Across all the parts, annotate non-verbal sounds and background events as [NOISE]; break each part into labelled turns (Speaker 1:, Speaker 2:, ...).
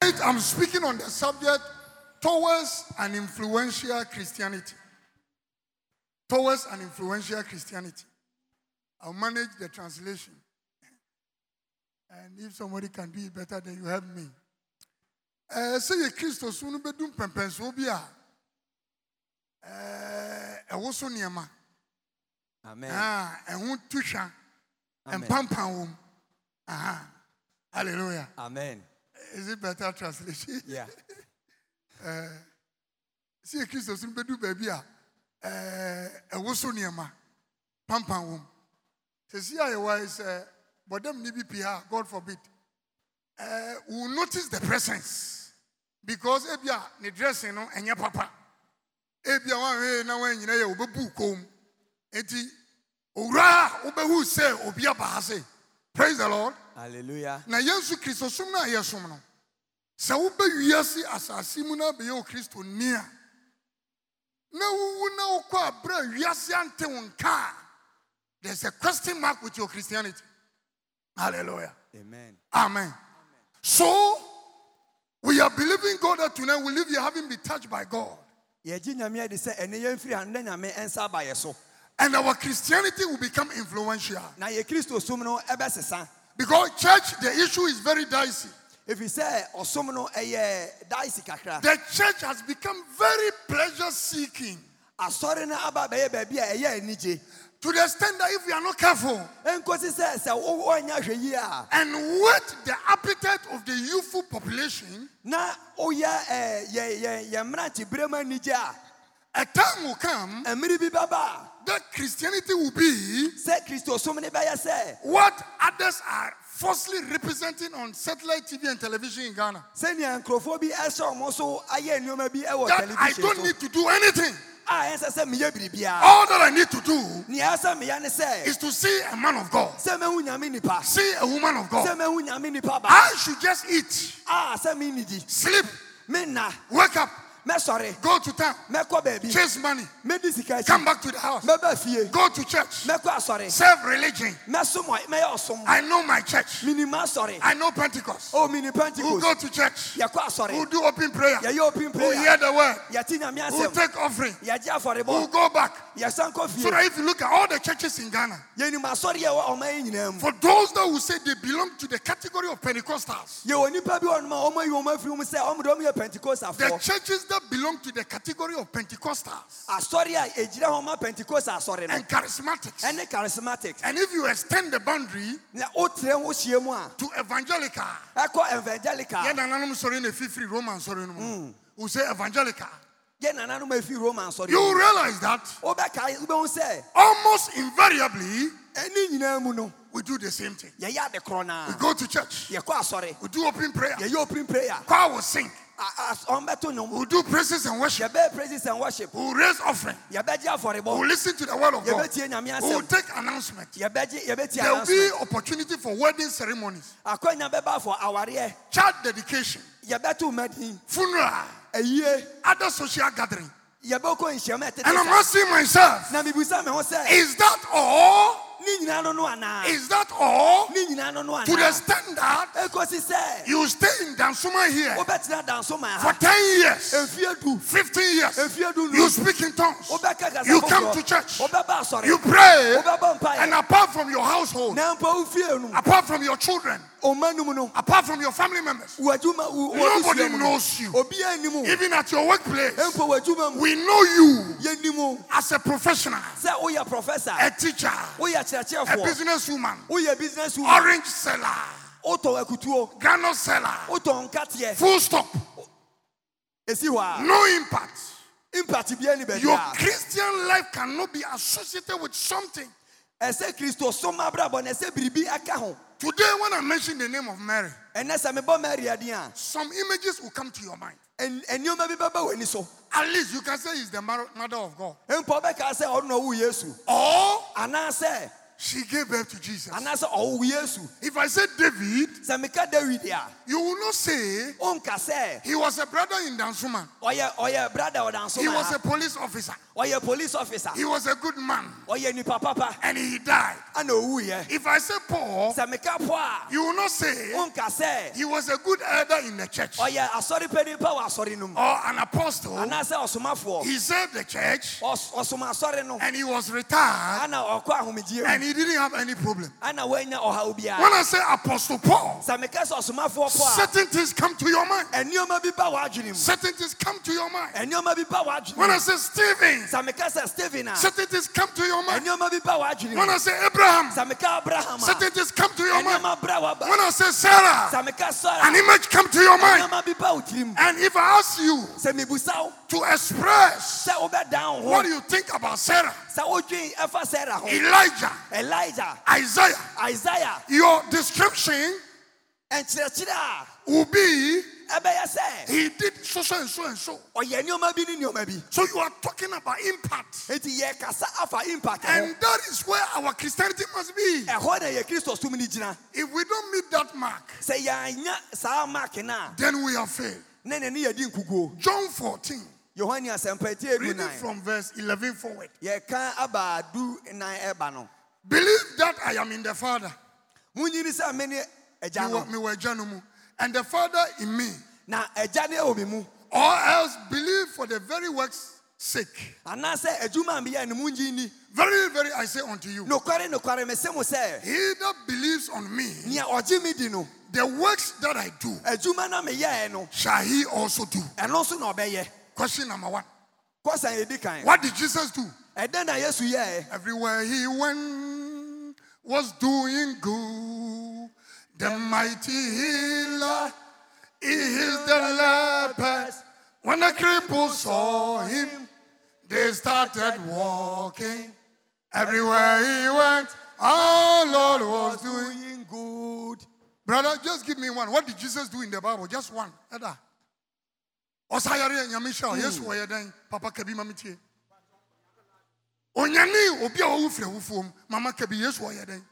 Speaker 1: Tonight I'm speaking on the subject towards an influential Christianity. Towards an influential Christianity. I'll manage the translation. And if somebody can do it better, then you help me. Eh, Sɛ yɛ Kristo so no bɛdum pɛmpɛnsoɔ bi a ɛɛ, ɛwo so nneɛma
Speaker 2: Amen.
Speaker 1: Ah, ɛho tu hwa
Speaker 2: Amen.
Speaker 1: mpampan wom. Aha. Hallelujah.
Speaker 2: Amen.
Speaker 1: Is it better translation?
Speaker 2: [LAUGHS] Yeah.
Speaker 1: sɛ yɛ kristo so no bɛdu baabi a ɛɛ, ɛwo so nneɛma pampan wom sɛsi a yɛwɔ yi sɛ bɔdamni bi pii ha god forbid ɛɛ, we will notice the presence because ebia ne dressing no ɛnyɛ papa ebia wɔanwee na wɔanyina yɛ wɔbɛbu kom enti owura a wobɛhu sɛ obi aba ha se praise the lord
Speaker 2: Hallelujah.
Speaker 1: na yesu kristo som no a yɛsom no sɛ wobɛwiase asase mu no abɛyɛ wo kristoni a na wowu na wokɔ a berɛ a wiase ante wo nka a there's a question mark with your christianity hallelujah
Speaker 2: Amen.
Speaker 1: amen so we are believing god that tonight we live here having been touched by god
Speaker 2: yɛgye nyame adi sɛ ɛne yɛmfiri ha nnɛ nyame ɛnsa aba yɛ so
Speaker 1: and our christianity will become influential
Speaker 2: na yɛ kristo som no ɛbɛsesa
Speaker 1: because church the issue is very dicey
Speaker 2: ɛfiri sɛ ɔsom no ɛyɛ daisi kakra
Speaker 1: the church has become very pleasure seeking
Speaker 2: asɔre no aba bɛyɛ baabi a ɛyɛ anigye
Speaker 1: to the extent that if we are not careful
Speaker 2: ɛnkosi sɛ sɛ wo- woanyɛ hwɛ yie a
Speaker 1: and whet the appetite of the youthful population,
Speaker 2: na woyɛ eh, yɛ- yɛ- yɛ mmerante berɛm anigye a
Speaker 1: a time will come
Speaker 2: ɛmmere bi bɛba
Speaker 1: that Christianity will be
Speaker 2: a sɛ kristo som no bɛyɛ sɛ
Speaker 1: what others are falsely representing on satellite TV and television in Ghana.
Speaker 2: sɛnea nkurɔfoɔ bi ɛsɛ ɔmo so ayɛ nneɔma bi ɛwɔ
Speaker 1: That I don't
Speaker 2: Oh, television
Speaker 1: need to do anything.
Speaker 2: so a ɛnsɛ sɛ meyɛ biribiaa
Speaker 1: All that I need to do
Speaker 2: nea ɛsɛ meyɛ ne sɛ
Speaker 1: is to see a man of God,
Speaker 2: sɛ mahu nyame nipa
Speaker 1: see a woman of
Speaker 2: sɛ
Speaker 1: God.
Speaker 2: mahu nyame nipa ba
Speaker 1: I should just eat,
Speaker 2: a sɛ mennidi
Speaker 1: sleep,
Speaker 2: menna
Speaker 1: wake up,
Speaker 2: mɛsɔre
Speaker 1: go to town,
Speaker 2: mɛkɔ baabi
Speaker 1: chase money,
Speaker 2: mɛdi sika
Speaker 1: come
Speaker 2: akyi
Speaker 1: back to the house,
Speaker 2: mɛba fie
Speaker 1: go to church,
Speaker 2: mɛkɔ asɔre
Speaker 1: serve religion.
Speaker 2: mɛsom a- mɛyɛ ɔsom
Speaker 1: I know my church.
Speaker 2: menim asɔre
Speaker 1: I know Pentecost.
Speaker 2: o menim
Speaker 1: Ah! Who
Speaker 2: Oh, pentecost
Speaker 1: go to church.
Speaker 2: yɛkɔ asɔre
Speaker 1: who do open prayer,
Speaker 2: yɛyɛ open
Speaker 1: who hear
Speaker 2: prayer
Speaker 1: the word,
Speaker 2: yɛte nyame
Speaker 1: who
Speaker 2: asɛm
Speaker 1: take offering,
Speaker 2: yɛgye
Speaker 1: who
Speaker 2: afɔrebɔ
Speaker 1: go back.
Speaker 2: yɛsan kɔ
Speaker 1: So
Speaker 2: fie
Speaker 1: that if you look at all the churches in Ghana,
Speaker 2: yɛnim asɔre a ɛwɔ ɔma yi nyinaa mu
Speaker 1: for those that will say they belong to the category of Pentecostals,
Speaker 2: yɛwɔ nnipa bi wɔ nom a ɔma yi ɔma afiri mu sɛ ɔmde ɔmyɛ
Speaker 1: the
Speaker 2: pentecostafoɔ
Speaker 1: churches that belong to the category of Pentecostals
Speaker 2: asɔre a ɛgyina hɔ ma pentecost asɔre no
Speaker 1: and charismatics,
Speaker 2: ɛne charismatic
Speaker 1: and if you extend the boundary
Speaker 2: na wotrɛ wo hyia mu a
Speaker 1: to evangelical,
Speaker 2: ɛkɔ evangelical
Speaker 1: yɛn nananom sɔre na fifiri Roman sɔre no mu, who say evangelical,
Speaker 2: yɛ nananom afi roman
Speaker 1: you will
Speaker 2: sɔre
Speaker 1: realize that
Speaker 2: wobɛkae wobɛhu sɛ
Speaker 1: almost invariably
Speaker 2: ɛne nyinaa mu no
Speaker 1: we do the same thing.
Speaker 2: yɛyɛ ade korɔ
Speaker 1: We
Speaker 2: naa
Speaker 1: go to church,
Speaker 2: yɛkɔ asɔre
Speaker 1: we do open prayer,
Speaker 2: yɛyɛ open prayer
Speaker 1: choir will sing,
Speaker 2: A- as- ɔmbɛto
Speaker 1: we
Speaker 2: nnwom
Speaker 1: do praises and worship.
Speaker 2: yɛbɛyɛ praises and worship
Speaker 1: who raise offering,
Speaker 2: yɛbɛgye
Speaker 1: who
Speaker 2: afɔrebɔ
Speaker 1: listen to the word of God,
Speaker 2: yɛbɛtie nyame
Speaker 1: who
Speaker 2: asɛm
Speaker 1: take announcement.
Speaker 2: yɛbɛgye yɛbɛtie
Speaker 1: There will be
Speaker 2: announcement
Speaker 1: opportunity for wedding ceremonies,
Speaker 2: akɔnya bɛba afɔ awareɛ
Speaker 1: child dedication,
Speaker 2: yɛbɛto madin
Speaker 1: funeral,
Speaker 2: ayie
Speaker 1: other social gathering.
Speaker 2: yɛbɛkɔ nhyiam ɛtete
Speaker 1: And I'm
Speaker 2: saa
Speaker 1: asking myself,
Speaker 2: na mibisa me ho sɛ
Speaker 1: is that all?
Speaker 2: ne nyinaa no no anaa
Speaker 1: Is that all?
Speaker 2: ne nyinaa no no
Speaker 1: To the
Speaker 2: anaa
Speaker 1: extent that
Speaker 2: ɛkɔsi sɛ
Speaker 1: you stay in Dansuma here
Speaker 2: wobɛtena danso ma
Speaker 1: for
Speaker 2: ha
Speaker 1: 10 years,
Speaker 2: ɛmfie du
Speaker 1: 15 years,
Speaker 2: ɛmfie du
Speaker 1: you
Speaker 2: nu
Speaker 1: speak in tongues,
Speaker 2: wobɛka kasa
Speaker 1: You come
Speaker 2: foforɔ.
Speaker 1: to church.
Speaker 2: wobɛba asɔre
Speaker 1: you pray,
Speaker 2: wobɛbɔ
Speaker 1: and
Speaker 2: mpaeɛ
Speaker 1: apart from your household,
Speaker 2: na mpa wo fie no
Speaker 1: apart from your children,
Speaker 2: ɔma nom no
Speaker 1: apart from your family members,
Speaker 2: w'adwuma
Speaker 1: Nobody knows you.
Speaker 2: obia nim wo.
Speaker 1: even at your workplace,
Speaker 2: mpo w'adwuma mu
Speaker 1: we know you
Speaker 2: yɛnim wo.
Speaker 1: as a professional,
Speaker 2: sɛ woyɛ professor
Speaker 1: a teacher,
Speaker 2: woyɛ
Speaker 1: a
Speaker 2: kyerɛkyerɛfoɔ
Speaker 1: businesswoman,
Speaker 2: woyɛ business woman
Speaker 1: orange seller,
Speaker 2: wotɔ akutuo
Speaker 1: granite seller,
Speaker 2: wotɔ nkateɛ
Speaker 1: full stop,
Speaker 2: ɛsi hɔ
Speaker 1: no impact.
Speaker 2: a impact bia ni baabi
Speaker 1: Your
Speaker 2: a
Speaker 1: Christian life cannot be associated with something.
Speaker 2: ɛsɛ kristo som abrabɔ na ɛsɛ biribi ɛka ho
Speaker 1: Today, when I mention the name of Mary,
Speaker 2: ɛnɛ sɛ mebɔ mary adin a
Speaker 1: some images will come to your mind.
Speaker 2: ɛn- ɛnneɛma bi bɛba w'ani so
Speaker 1: At least you can say he's the mar- mother of God.
Speaker 2: mpo wobɛkaa sɛ ɔno na ɔwo yesu
Speaker 1: Or
Speaker 2: anaasɛ
Speaker 1: She gave birth to Jesus.
Speaker 2: anaasɛ ɔwo yesu
Speaker 1: If I say David,
Speaker 2: sɛ meka david a
Speaker 1: you will not say
Speaker 2: wonka sɛ
Speaker 1: he was a brother in Dansuman.
Speaker 2: ɔyɛ ɔyɛ brada ɔdanso
Speaker 1: He was a police officer.
Speaker 2: ɔyɛ police officer
Speaker 1: He was a good man.
Speaker 2: ɔyɛ nipa papa
Speaker 1: And he died.
Speaker 2: ana ɔwuiɛ
Speaker 1: If I say Paul,
Speaker 2: sɛ meka po a
Speaker 1: you will not say
Speaker 2: wonka sɛ
Speaker 1: he was a good elder in the church or
Speaker 2: ɔyɛ asɔrepɛni pa wɔ asɔre no mu
Speaker 1: an apostle.
Speaker 2: anaasɛ ɔsomafoɔ
Speaker 1: He served the church
Speaker 2: Ɔs- ɔsom asɔre no
Speaker 1: and he was retired
Speaker 2: ana ɔkɔ ahomegyeɛ
Speaker 1: and
Speaker 2: mu
Speaker 1: he didn't have any problem.
Speaker 2: ana woanya ɔhaw biara
Speaker 1: When I say Apostle Paul,
Speaker 2: sɛ meka sɛ ɔsomafoɔ po
Speaker 1: certain things come to your mind.
Speaker 2: a ɛnneɔma bi ba w'adwene mu
Speaker 1: Certain things come to your mind.
Speaker 2: ɛnneɔma bi ba w'adwene
Speaker 1: When
Speaker 2: mu
Speaker 1: I say Stephen,
Speaker 2: sɛ meka sɛ stephen a
Speaker 1: certain things come to your mind.
Speaker 2: ɛnneɔma bi ba w'adwene mu
Speaker 1: When I say Abraham,
Speaker 2: sɛ meka abraham a
Speaker 1: certain things come to your mind.
Speaker 2: ɛnneɔma bra w'aba
Speaker 1: When I say Sarah,
Speaker 2: sɛ meka
Speaker 1: an
Speaker 2: sɔre
Speaker 1: image come to your
Speaker 2: a
Speaker 1: mind.
Speaker 2: ɛnneɔma bi ba wo tirim
Speaker 1: And if I ask you
Speaker 2: sɛ mibusa wo
Speaker 1: to express
Speaker 2: sɛ wobɛdan wo
Speaker 1: what
Speaker 2: ho
Speaker 1: you think about Sarah,
Speaker 2: sɛ wodwen ɛfa sɛra ho
Speaker 1: Elijah,
Speaker 2: elija
Speaker 1: Isaiah,
Speaker 2: isaia
Speaker 1: your description
Speaker 2: ɛnkyerɛkyerɛ
Speaker 1: will be
Speaker 2: a ɛbɛyɛ sɛ
Speaker 1: he did so so and so and so.
Speaker 2: ɔyɛ nneɔma bi ne nneɔma bi E
Speaker 1: So you are talking about impact.
Speaker 2: enti yɛkasa afa impact ho E
Speaker 1: And that is where our Christianity must be.
Speaker 2: ɛhɔ na yɛ kristo som no gyina
Speaker 1: If we don't meet that mark,
Speaker 2: sɛ yɛanya saa mark no a
Speaker 1: then we have failed.
Speaker 2: ne ne ne yɛdi nkuguo
Speaker 1: John 14,
Speaker 2: yohane asɛmpa ɛti ɛdu
Speaker 1: reading
Speaker 2: nan
Speaker 1: from verse 11 forward.
Speaker 2: yɛka aba du nan ɛba no
Speaker 1: Believe that I am in the Father,
Speaker 2: monyini sɛ me ne
Speaker 1: me
Speaker 2: agya
Speaker 1: wa-
Speaker 2: no
Speaker 1: me wa agya no mu, and the Father in me.
Speaker 2: na agya ne ɛwɔ me mu
Speaker 1: Or else believe for the very works' sake.
Speaker 2: anaasɛ adwuma a meyɛ no monyi ni
Speaker 1: Very, very, I say unto you,
Speaker 2: nokware nokware mese mo sɛ
Speaker 1: he that believes on me,
Speaker 2: nea ɔgye me di no
Speaker 1: the works that I do,
Speaker 2: adwuma na meyɛɛ no
Speaker 1: shall he also do.
Speaker 2: ɛno nso na ɔbɛyɛ
Speaker 1: Question number one
Speaker 2: kɔsan yɛdi kan
Speaker 1: What did Jesus do?
Speaker 2: ɛdɛn na yesu yɛɛ
Speaker 1: Everywhere he went was doing good. The mighty healer, he healed the lepers. When the cripples saw him, they started walking. Everywhere he went, our Lord was doing.
Speaker 2: doing good
Speaker 1: Brother, just give me one. What did Jesus do in the Bible? Just one. Ada. Osayare nyamisha. Yes, we then. Papa kebi mamitie. Onyani obi a wofre wofom. Mama kebi yes we then.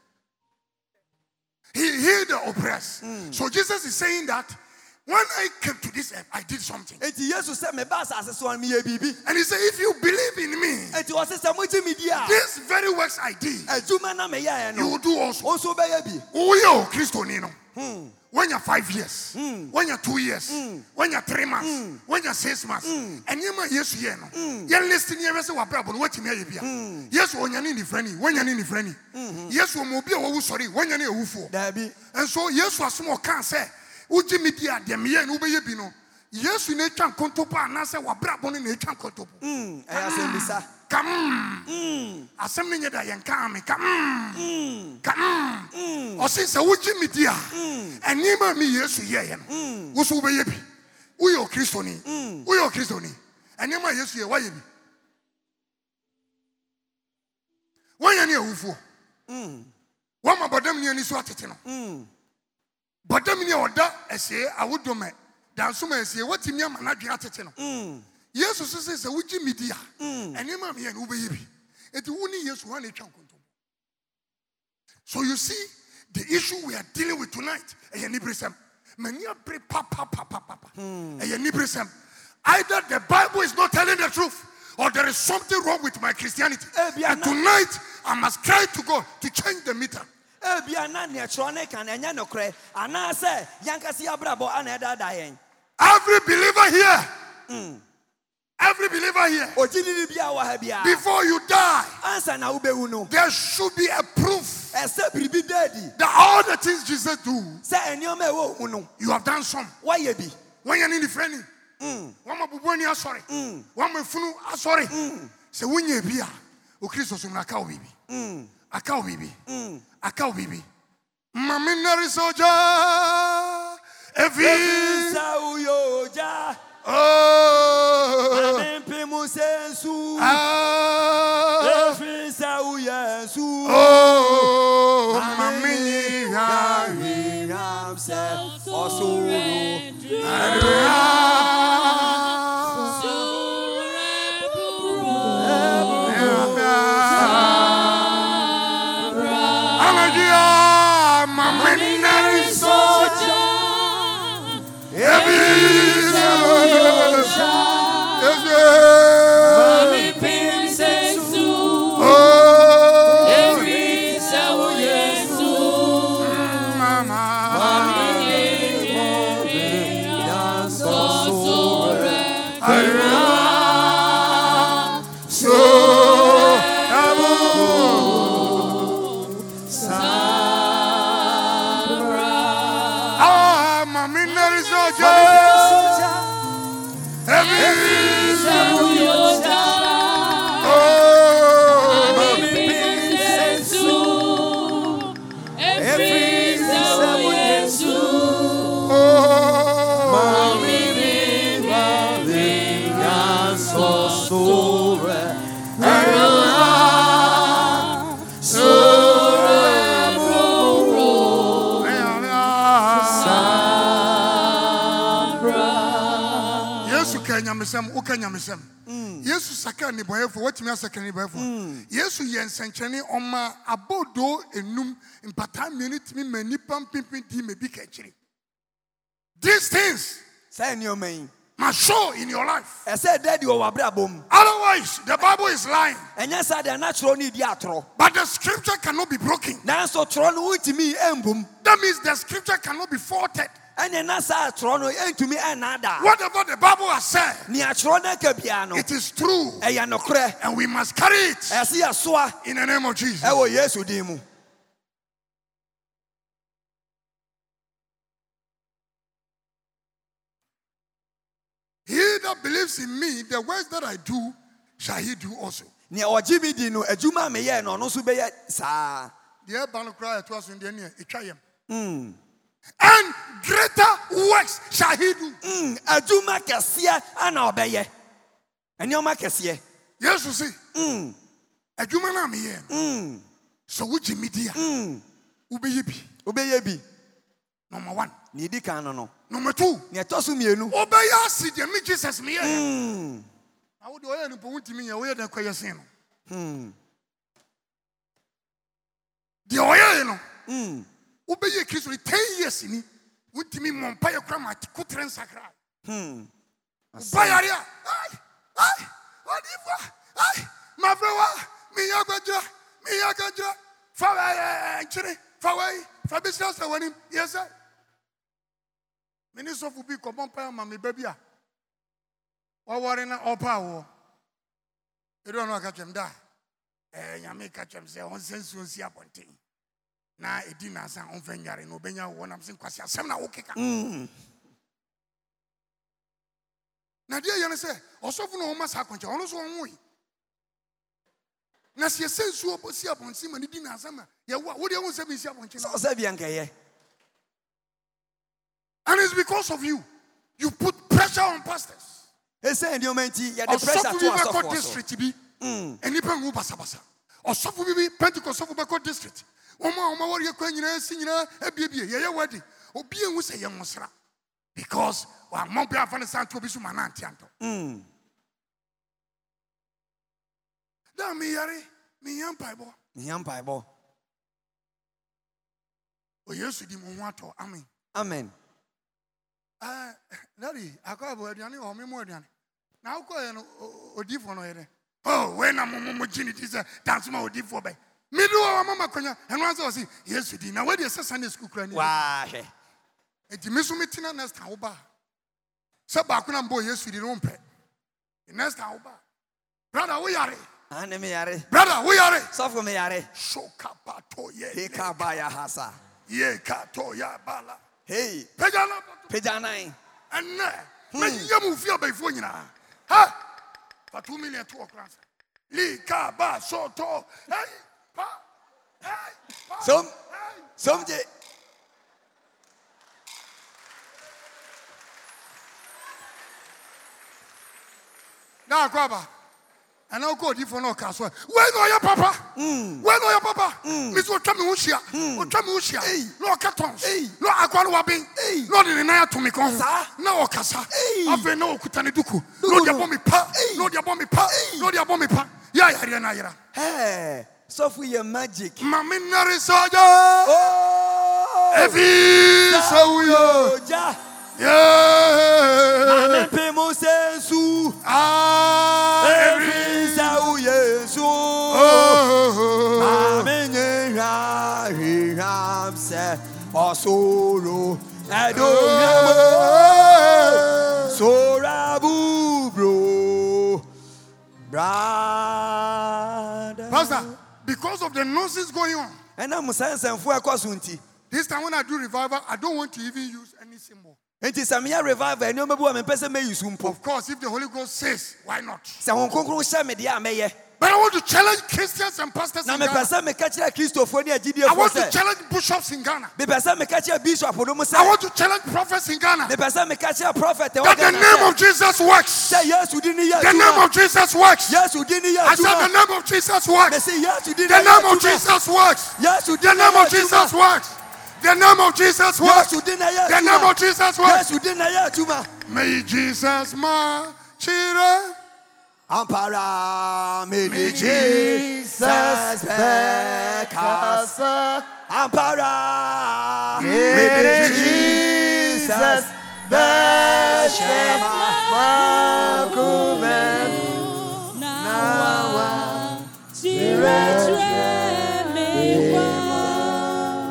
Speaker 1: He healed the oppressed. So Jesus is saying that when I came to this earth, I did something.
Speaker 2: enti yesu sɛ meba asase so a meyɛ biribi
Speaker 1: And he said, if you believe in me,
Speaker 2: enti ɔse sɛ mogye me di a
Speaker 1: these very works I did,
Speaker 2: adwuma na meyɛɛ
Speaker 1: you
Speaker 2: no
Speaker 1: will do also.
Speaker 2: ɔnso bɛyɛ bi
Speaker 1: woyɛ o kristoni oh, no wanya five years wanya two years wanya three months wanya six months ɛnneɛma a yesu yɛ no yɛnlist ne yɛhwɛ sɛ wabrabɔ no woatumi ayɛ bia yesu ɔnyane nifrani wanyane nifrani yesu ɔma obi a wawu sɔre wanyane awufoɔ
Speaker 2: daabi
Speaker 1: ɛnso yesu asom a ɔkaa sɛ wogye me di a deɛ meyɛ no wobɛyɛ bi no yesu na atwa nkontopo anaasɛ wabrabɔ no na atwa nkontopo
Speaker 2: Mm, ɛyɛ asɛmmisa
Speaker 1: ka mm. asɛm no nyɛ da yɛnka ame ka mm. ka mm. ɔse sɛ wogye me di a ɛnneɛma a me yesu yɛeɛ no wo so wobɛyɛ bi woyɛ okristoni woyɛ okristoni ɛnneɛma a yesu yɛ woayɛ bi woanyɛ ne awufoɔ Mm. woama bɔdamni ani e so atete no bɔdamni a ɔda asie awodɔmɛ dansoma asie woatumi ama n'adwene atete no yesu so sɛ sɛ wogye me di a ɛnneɛma meyɛ no wobɛyɛ bi enti wo ne yesu hɔ ne atwa nkontom so you see the issue we are dealing with tonight ɛyɛ niberesɛm mani abere papapapapa ɛyɛ niberesɛm either the bible is not telling the truth or there is something wrong with my christianity
Speaker 2: Ebia
Speaker 1: and
Speaker 2: na-
Speaker 1: tonight i must cry to god to change the meter
Speaker 2: ebia na neɛ kyerɛ ne ka no ɛnyɛ nokorɛ anaasɛ yɛnkase yɛabrabɔ ana ɛdaadaa yɛn
Speaker 1: every believer here every believer here
Speaker 2: ogyinini biaa wɔ ha biara
Speaker 1: before you die
Speaker 2: ansa na wobɛwu no
Speaker 1: there should be a proof
Speaker 2: ɛsɛ biribi daadi
Speaker 1: that all the things Jesus do,
Speaker 2: sɛ ɛnneɔma ɛwɔ wo mu no
Speaker 1: you have done some.
Speaker 2: woayɛ bi
Speaker 1: When you're in the friendly, one more bubu ni asori, one more funu asori. Se wunye bia, o Kristo sumna akau bibi, akau bibi, akau bibi. Mami nari soja, evi,
Speaker 2: sa woyɛ ogya
Speaker 1: oh,
Speaker 2: mempem sɛ nsu
Speaker 1: ah,
Speaker 2: ɛfiri sɛ woyɛ nsu
Speaker 1: oh, mami ni yari.
Speaker 2: Yam sɛ ɔsoro
Speaker 1: Abra. Oh. Ah, mami narizo jali. Every oh, oh, yesu ka nyamesɛm woka nyamesɛm yesu saka nnebɔyɛfoɔ watumi asaka nnebɔyɛfoɔ yesu yɛ nsɛnkyerɛnne ɔma abɔdoo enum mpataa mmienu tumi ma nnipa mpempem dii ma bi ka akyiri these things
Speaker 2: saa nneɛma yi
Speaker 1: must show in your life
Speaker 2: ɛsɛ dɛ di wɔ w'abrabɔ mu
Speaker 1: otherwise the bible is lying
Speaker 2: ɛnyɛ saa deɛ na twerɛ no redi atorɔ
Speaker 1: but the scripture cannot be broken
Speaker 2: nanso twerɛ no wontumi ɛmbom
Speaker 1: that means the scripture cannot be faulted
Speaker 2: ɛne na saa twerɛ no ɛntumi ɛnnaadaa
Speaker 1: whatever the bible has said
Speaker 2: nea twerɛ no aka biara no
Speaker 1: it is true
Speaker 2: ɛyɛ nokorɛ
Speaker 1: and we must carry it
Speaker 2: ɛse yɛ soa
Speaker 1: in the name of jesus
Speaker 2: ɛwɔ yesu din mu
Speaker 1: he that believes in me the works that i do shall he do also
Speaker 2: nea ɔgye me di no adwuma a meyɛɛ no ɔno nso bɛyɛ saa
Speaker 1: deɛ ɛba no koraa ɛtoa so no deɛ nea ɛtwa yam and greater works shall he do
Speaker 2: Mm, adwuma kɛseɛ ana ɔbɛyɛ ɛnneɔma kɛseɛ
Speaker 1: yesu se adwuma no a meyɛ no sɛ wogye me di a wobɛyɛ bi
Speaker 2: wobɛyɛ bi
Speaker 1: number one
Speaker 2: ne ɛdi kan no no
Speaker 1: number two
Speaker 2: ne ɛtɔ so mmienu Hmm,
Speaker 1: wobɛyɛ ase deɛ me jesus meyɛ na wode ɔyɛ no mpo wontimi yɛ woyɛ dɛn kɔyɛ sen no deɛ ɔyɛe no wobɛyɛ kristo no 10 years ni wontimi mmɔ mpayɛ kora ma kotrɛ nsakra bayare a "Ai, ai, ɔdeyifo a, ai, mabrɛwa meyɛ akwagyira meyɛ akwagyira fa eh, ɛɛ, nkyere fa wai fa bɛsira sɛ w'anim yɛ sɛ mene sɔfo bi kɔbɔ mpaeɛ ma meba bi a wɔwɔre na ɔpa awoɔ ɛdua no aka kyɛm da ɛɛ, nyame ka kyɛm sɛ ɔnsɛ nsuo nsi abɔnten na ɛdi nansa a ɔmfa nware na ɔbɛnya wɔ nam sɛ nkwasi asɛm na wokeka na deɛ yɛ no sɛ ɔsɔfo no ɔma saa akɔnkyɛ ɔno nso ɔnwoe na sɛ yɛsɛ nsuo bɔ- si abɔnten ma ne di nansam a yɛwo a wodeɛ wo nsɛ mensi abɔnten no
Speaker 2: sɛ biɛ nkɛyɛ
Speaker 1: and it's because of you you put pressure on pastors
Speaker 2: ɛsɛ nneɔma nti yɛde pressure
Speaker 1: ɔsɔfo
Speaker 2: to
Speaker 1: bi bɛkɔ
Speaker 2: asɔfoɔ so
Speaker 1: district bi nnipa nwu basabasa ɔsɔfo bi bi pentecost sɔfo bɛkɔ district wɔma a wɔma wɔreyɛ kwan nyinaa si nyinaa abiebie yɛyɛ wadi obia nhu sɛ yɛ nwosra because wammɔ bia amfa ne sa nto obi so ma no ante antɔ da meyare menyɛ mpaebɔ
Speaker 2: mehia mpaebɔ
Speaker 1: ɔyesu di mo ho atɔ amen [LAUGHS]
Speaker 2: amen
Speaker 1: Ah, Daddy, akɔ abɔ aduane wɔ memu aduane. Na akɔyɛ no o- o- odiyifoɔ no ɔyɛ dɛ. Oh, wei na mo mo mo gyi ne ti sɛ danso ma odiyifoɔ bɛn. Midi wɔ wɔn ama akɔnya ɛno ansa wɔ se Yesu di na wei deɛ sɛ Sunday school kura ni.
Speaker 2: waahwɛ
Speaker 1: Nti mi nso mi tena next time woba a, Sɛ baako na mbɔ Yesu di no mpɛ. Next time woba a, Brother wo yare.
Speaker 2: ane meyare
Speaker 1: Brother wo yare.
Speaker 2: sɔfo meyare
Speaker 1: Sokapato ye.
Speaker 2: heka ba yɛ ha saa
Speaker 1: Ye kato ya bala.
Speaker 2: hei
Speaker 1: Pɛgya na bɔtɔ.
Speaker 2: pagya nan
Speaker 1: ɛnɛ
Speaker 2: Hmm.
Speaker 1: mɛyɛ mu fi abayifoɔ nyinaa ha fa two million to ɔkora nsa lii kaa baa sɔɔtɔ ɛyi pa ɛyi pa
Speaker 2: som
Speaker 1: ɛyi
Speaker 2: som gye
Speaker 1: na akɔ aba ɛna wokɔ odiyifoɔ na ɔkaa so a wei na ɔyɛ papa
Speaker 2: Hmm.
Speaker 1: wei na ɔyɛ papa mesɛ ɔtwa me ho hyia ɔtwa me ho hyia na ɔka tɔns na akwa no waben na ɔde ne nan ato me kɔn ho
Speaker 2: Saa.
Speaker 1: na ɔkasa afei na ɔkuta ne duku na
Speaker 2: Duku
Speaker 1: ɔde
Speaker 2: no.
Speaker 1: abɔ me pa na ɔde abɔ me pa na ɔde abɔ me pa yɛ ayareɛ no ayera
Speaker 2: hɛɛ sɔfo yɛ magic
Speaker 1: mami nari sɔjɔ.
Speaker 2: Oh!
Speaker 1: Evi sawuyo.
Speaker 2: Oja,
Speaker 1: Yeah.
Speaker 2: amepe mo sensu,
Speaker 1: Ah, evi.
Speaker 2: evi sa u Yesu.
Speaker 1: Oh.
Speaker 2: Amenye ra hiram se osoro edo yamo sora bubro
Speaker 1: Pastor, because of the nonsense going on,
Speaker 2: ɛnam saa nsɛmfoɔ ɛkɔ so nti
Speaker 1: this time when I do revival, I don't want to even use any symbol.
Speaker 2: nti sɛ meyɛ revival nneɔma bi wɔ mempɛ sɛ mɛyi so mpo
Speaker 1: Of course, if the Holy Ghost says, why not?
Speaker 2: sɛ ho kronkron hyɛ me deɛ a mɛyɛ
Speaker 1: But I want to challenge Christians and pastors
Speaker 2: na
Speaker 1: in
Speaker 2: mepɛ
Speaker 1: Ghana.
Speaker 2: sɛ meka kyerɛ kristofoɔ ne
Speaker 1: I want to
Speaker 2: agyidiefoɔ sɛ
Speaker 1: challenge bishops in Ghana.
Speaker 2: mepɛ sɛ meka kyerɛ bishop no mu
Speaker 1: I
Speaker 2: sɛ
Speaker 1: want to challenge prophets in Ghana.
Speaker 2: mepɛ sɛ meka kyerɛ prophet ɛwɔ
Speaker 1: That the
Speaker 2: Ghana
Speaker 1: name
Speaker 2: sɛ-
Speaker 1: of Jesus works.
Speaker 2: sɛ yesu din ne yɛ
Speaker 1: The name
Speaker 2: adwuma
Speaker 1: of Jesus works.
Speaker 2: yesu din ne yɛ
Speaker 1: I said the
Speaker 2: adwuma
Speaker 1: name of Jesus works.
Speaker 2: mese yesu din ne
Speaker 1: The
Speaker 2: yɛ
Speaker 1: name of
Speaker 2: adwuma
Speaker 1: Jesus works.
Speaker 2: yesu
Speaker 1: The
Speaker 2: din ne
Speaker 1: name
Speaker 2: yɛ
Speaker 1: of
Speaker 2: adwuma
Speaker 1: Jesus works. The name of Jesus works.
Speaker 2: yesu din ne yɛ
Speaker 1: The name
Speaker 2: adwuma
Speaker 1: of Jesus works.
Speaker 2: yesu din ne yɛ adwuma
Speaker 1: May Jesus my children.
Speaker 2: ampa ara me ne jesus
Speaker 3: Jesus
Speaker 2: bɛkas
Speaker 3: Casa,
Speaker 2: ampa ara me
Speaker 3: Mere
Speaker 2: ne
Speaker 3: Jesus,
Speaker 2: jesus
Speaker 3: Bethlehem,
Speaker 2: Shema.
Speaker 3: Makumen,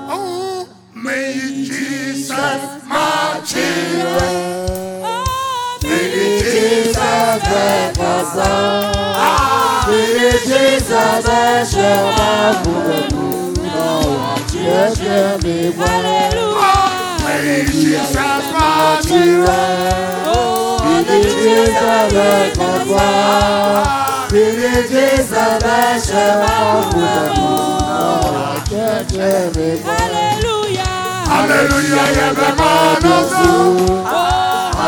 Speaker 1: Oh, may Jesus my children. Oh, may Jesus my children.
Speaker 4: Hallelujah.
Speaker 1: Hallelujah, everybody.
Speaker 4: Hallelujah.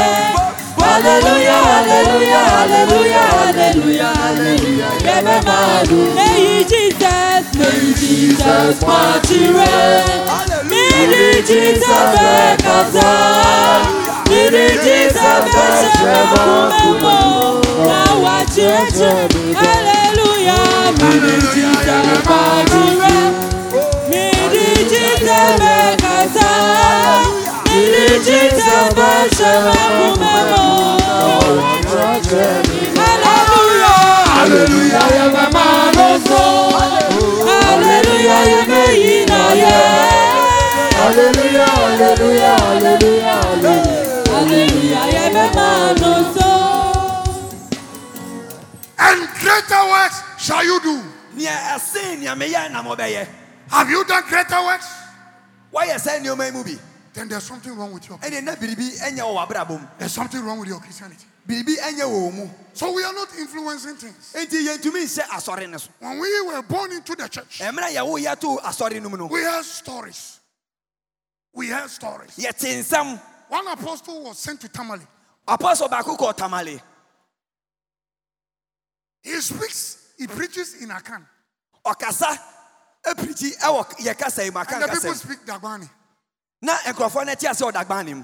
Speaker 4: Hallelujah. Hallelujah. Hallelujah. Hallelujah. Hallelujah. Yeah, Baba. May Jesus. May Jesus. Martyr. Mini Jesus Bekasa Mini Jesus Bekasa Na wacheche Hallelujah Mini Jesus Bekasa Mini Jesus Bekasa Mini Jesus Bekasa
Speaker 1: Hallelujah,
Speaker 4: Hallelujah
Speaker 1: everybody.
Speaker 4: Hallelujah Yemeina yeah Hallelujah, Yebemanoso.
Speaker 1: And greater works shall you do.
Speaker 2: nea ɛsen nea meyɛ na mobɛyɛ
Speaker 1: Have you done greater works?
Speaker 2: woayɛ saa nneɔma yi mu bi
Speaker 1: Then there's something wrong with you.
Speaker 2: ɛne na biribi ɛnyɛ wɔ w'abrabɔ mu
Speaker 1: There's something wrong with your Christianity.
Speaker 2: biribi ɛnyɛ wɔ wo mu
Speaker 1: So we are not influencing things.
Speaker 2: enti yɛntumi nhyɛ asɔre no so
Speaker 1: When we were born into the church,
Speaker 2: ɛmmerɛ yɛwo yɛto asɔre no mu no
Speaker 1: we heard stories. We heard stories.
Speaker 2: yɛte nsɛm
Speaker 1: One apostle was sent to Tamale.
Speaker 2: apɔsɔ baako kɔ tamale
Speaker 1: He speaks, he preaches in Akan.
Speaker 2: ɔkasa apirikyi ɛwɔ yɛ kasa yi mu aka
Speaker 1: And the people
Speaker 2: nkasa yi
Speaker 1: speak Dagwani.
Speaker 2: na nkurɔfoɔ no te ase ɔdagban ne mu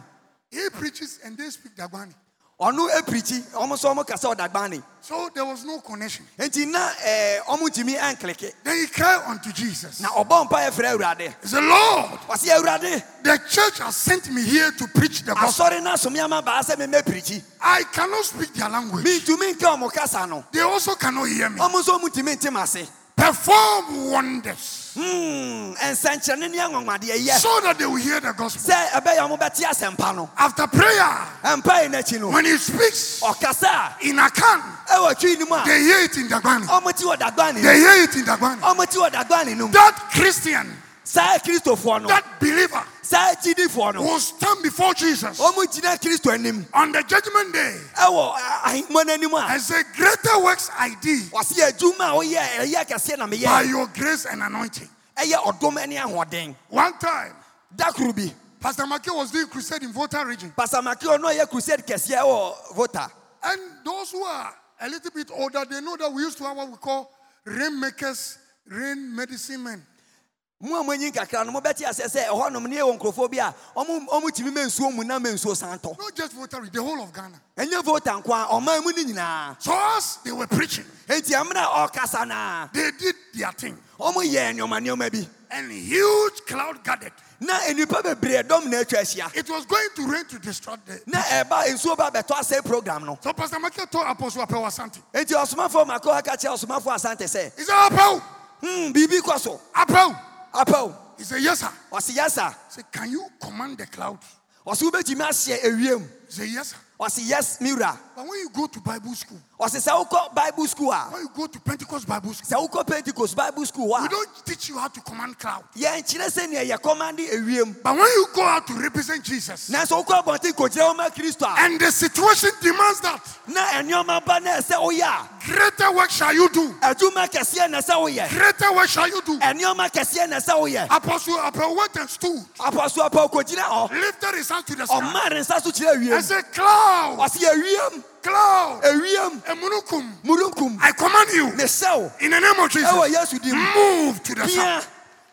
Speaker 1: He preaches and they speak Dagwani.
Speaker 2: ɔno apirikyi ɔmo nso ɔmo kasa ɔdagban ne
Speaker 1: So there was no connection.
Speaker 2: enti na ɛɛ ɔmo ntumi ɛnkeleke
Speaker 1: Then he cried unto Jesus.
Speaker 2: na ɔbɔ mpa yɛ fira awurade
Speaker 1: He said, Lord,
Speaker 2: ɔsi awurade
Speaker 1: the church has sent me here to preach the gospel.
Speaker 2: asɔre na somiama baa sɛ mɛmɛ pirikyi
Speaker 1: I cannot speak their language.
Speaker 2: mintumi nka ɔmo kasa no
Speaker 1: They also cannot hear me.
Speaker 2: ɔmo nso ɔmo ntumi ntɛm ase
Speaker 1: Perform wonders
Speaker 2: hmm nsɛnkyerɛnne ne anwanwadeɛ yɛ
Speaker 1: so that they will hear the gospel.
Speaker 2: sɛ ɛbɛyɛ ɔmo bɛte asɛmpa no
Speaker 1: After prayer,
Speaker 2: ɛmpa yi n'akyi no
Speaker 1: when he speaks
Speaker 2: Oh. ɔkasa
Speaker 1: in Akan,
Speaker 2: a ɛwɔ twi ne mu a
Speaker 1: they hear it in Dagwani.
Speaker 2: ɔmo ti ɔdagban ne mu.
Speaker 1: They hear it in Dagwani.
Speaker 2: ɔmote ɔdagba ne nom
Speaker 1: That Christian,
Speaker 2: saa kristofoɔ no
Speaker 1: that believer,
Speaker 2: saa gyidifoɔ no Oh.
Speaker 1: will stand before Jesus
Speaker 2: ɔmo gyina kristo anim
Speaker 1: on the judgment day
Speaker 2: ɛwɔ a- ahemma no anim a
Speaker 1: and say, Greater works I did
Speaker 2: wɔse adwuma a woyɛ ɛyɛ kɛseɛ na
Speaker 1: by
Speaker 2: meyɛ
Speaker 1: your grace and anointing.
Speaker 2: ɛyɛ ɔdom ne ahoɔden
Speaker 1: One time,
Speaker 2: da koro bi
Speaker 1: Pastor Mackey was doing crusade in Volta region.
Speaker 2: pasamakeo no ɔyɛ crusade kɛseɛ wɔ vota
Speaker 1: And those who are a little bit older, they know that we used to have what we call rainmakers, rain medicine men.
Speaker 2: mo a moanyin kakra no mobɛte asɛ sɛ ɛhɔnom ne yɛwɔ nkurɔfoɔ bi a ɔmo ɔmo tumi ma nsuo mu na ma nsuo san tɔ
Speaker 1: Not just Votari, the whole of Ghana.
Speaker 2: ɛnyɛ vota nko a ɔman mu no nyinaa
Speaker 1: So us, they were preaching.
Speaker 2: enti ɛmmerɛ a ɔkasa naa
Speaker 1: They did their thing.
Speaker 2: ɔmo yɛɛ nneɔma nneɔma bi
Speaker 1: And huge cloud gathered.
Speaker 2: na nnipa bebree dɔm na atwa ahyia
Speaker 1: It was going to rain to distract them.
Speaker 2: na ɛba nsuo ba bɛtɔ asɛ program no
Speaker 1: So Pastor Michael told Apostle Apewa something.
Speaker 2: enti ɔsomafoɔ makɔha ka kyerɛ ɔsomafoɔ asante sɛ
Speaker 1: He said, Apew,
Speaker 2: hmm biribi kɔ so
Speaker 1: Apew.
Speaker 2: apɛw
Speaker 1: He said, yes, sir.
Speaker 2: ɔse yɛ sa
Speaker 1: He said, can you command the cloud?
Speaker 2: ɔse wobɛtumi ahyɛ ewiem
Speaker 1: He said, yes, sir.
Speaker 2: ɔse yes me wura
Speaker 1: But when you go to Bible school,
Speaker 2: ɔse sɛ wokɔ bible school a
Speaker 1: when you go to Pentecost Bible school,
Speaker 2: sɛ wokɔ pentecost bible school hɔ
Speaker 1: we
Speaker 2: a
Speaker 1: don't teach you how to command cloud.
Speaker 2: yɛnkyerɛ sɛnea yɛkɔmande ewiem
Speaker 1: But when you go out to represent Jesus,
Speaker 2: nanso wokɔ abɔnten kɔgyina wɔma kristo a
Speaker 1: and the situation demands that,
Speaker 2: na ɛnneɔma ba na ɛsɛ woyɛ
Speaker 1: greater work shall you do.
Speaker 2: a adwuma kɛseɛ na ɛsɛ woyɛ
Speaker 1: Greater work shall you do.
Speaker 2: ɛnneɔma kɛseɛ na ɛsɛ woyɛ
Speaker 1: Apostle Apew went and stood,
Speaker 2: apɔsoapɔ kɔgyina hɔ
Speaker 1: lifted his hand to the sky,
Speaker 2: ɔma ne nsa so kyerɛ
Speaker 1: and
Speaker 2: wiem
Speaker 1: said, Cloud,
Speaker 2: ɔse ewiem
Speaker 1: cloud,
Speaker 2: ewiem
Speaker 1: emunukum,
Speaker 2: murukum
Speaker 1: I command you
Speaker 2: ne sɛw
Speaker 1: in the name of
Speaker 2: ɛwɔ
Speaker 1: Jesus,
Speaker 2: yesu dim
Speaker 1: move to the
Speaker 2: Pia.
Speaker 1: south.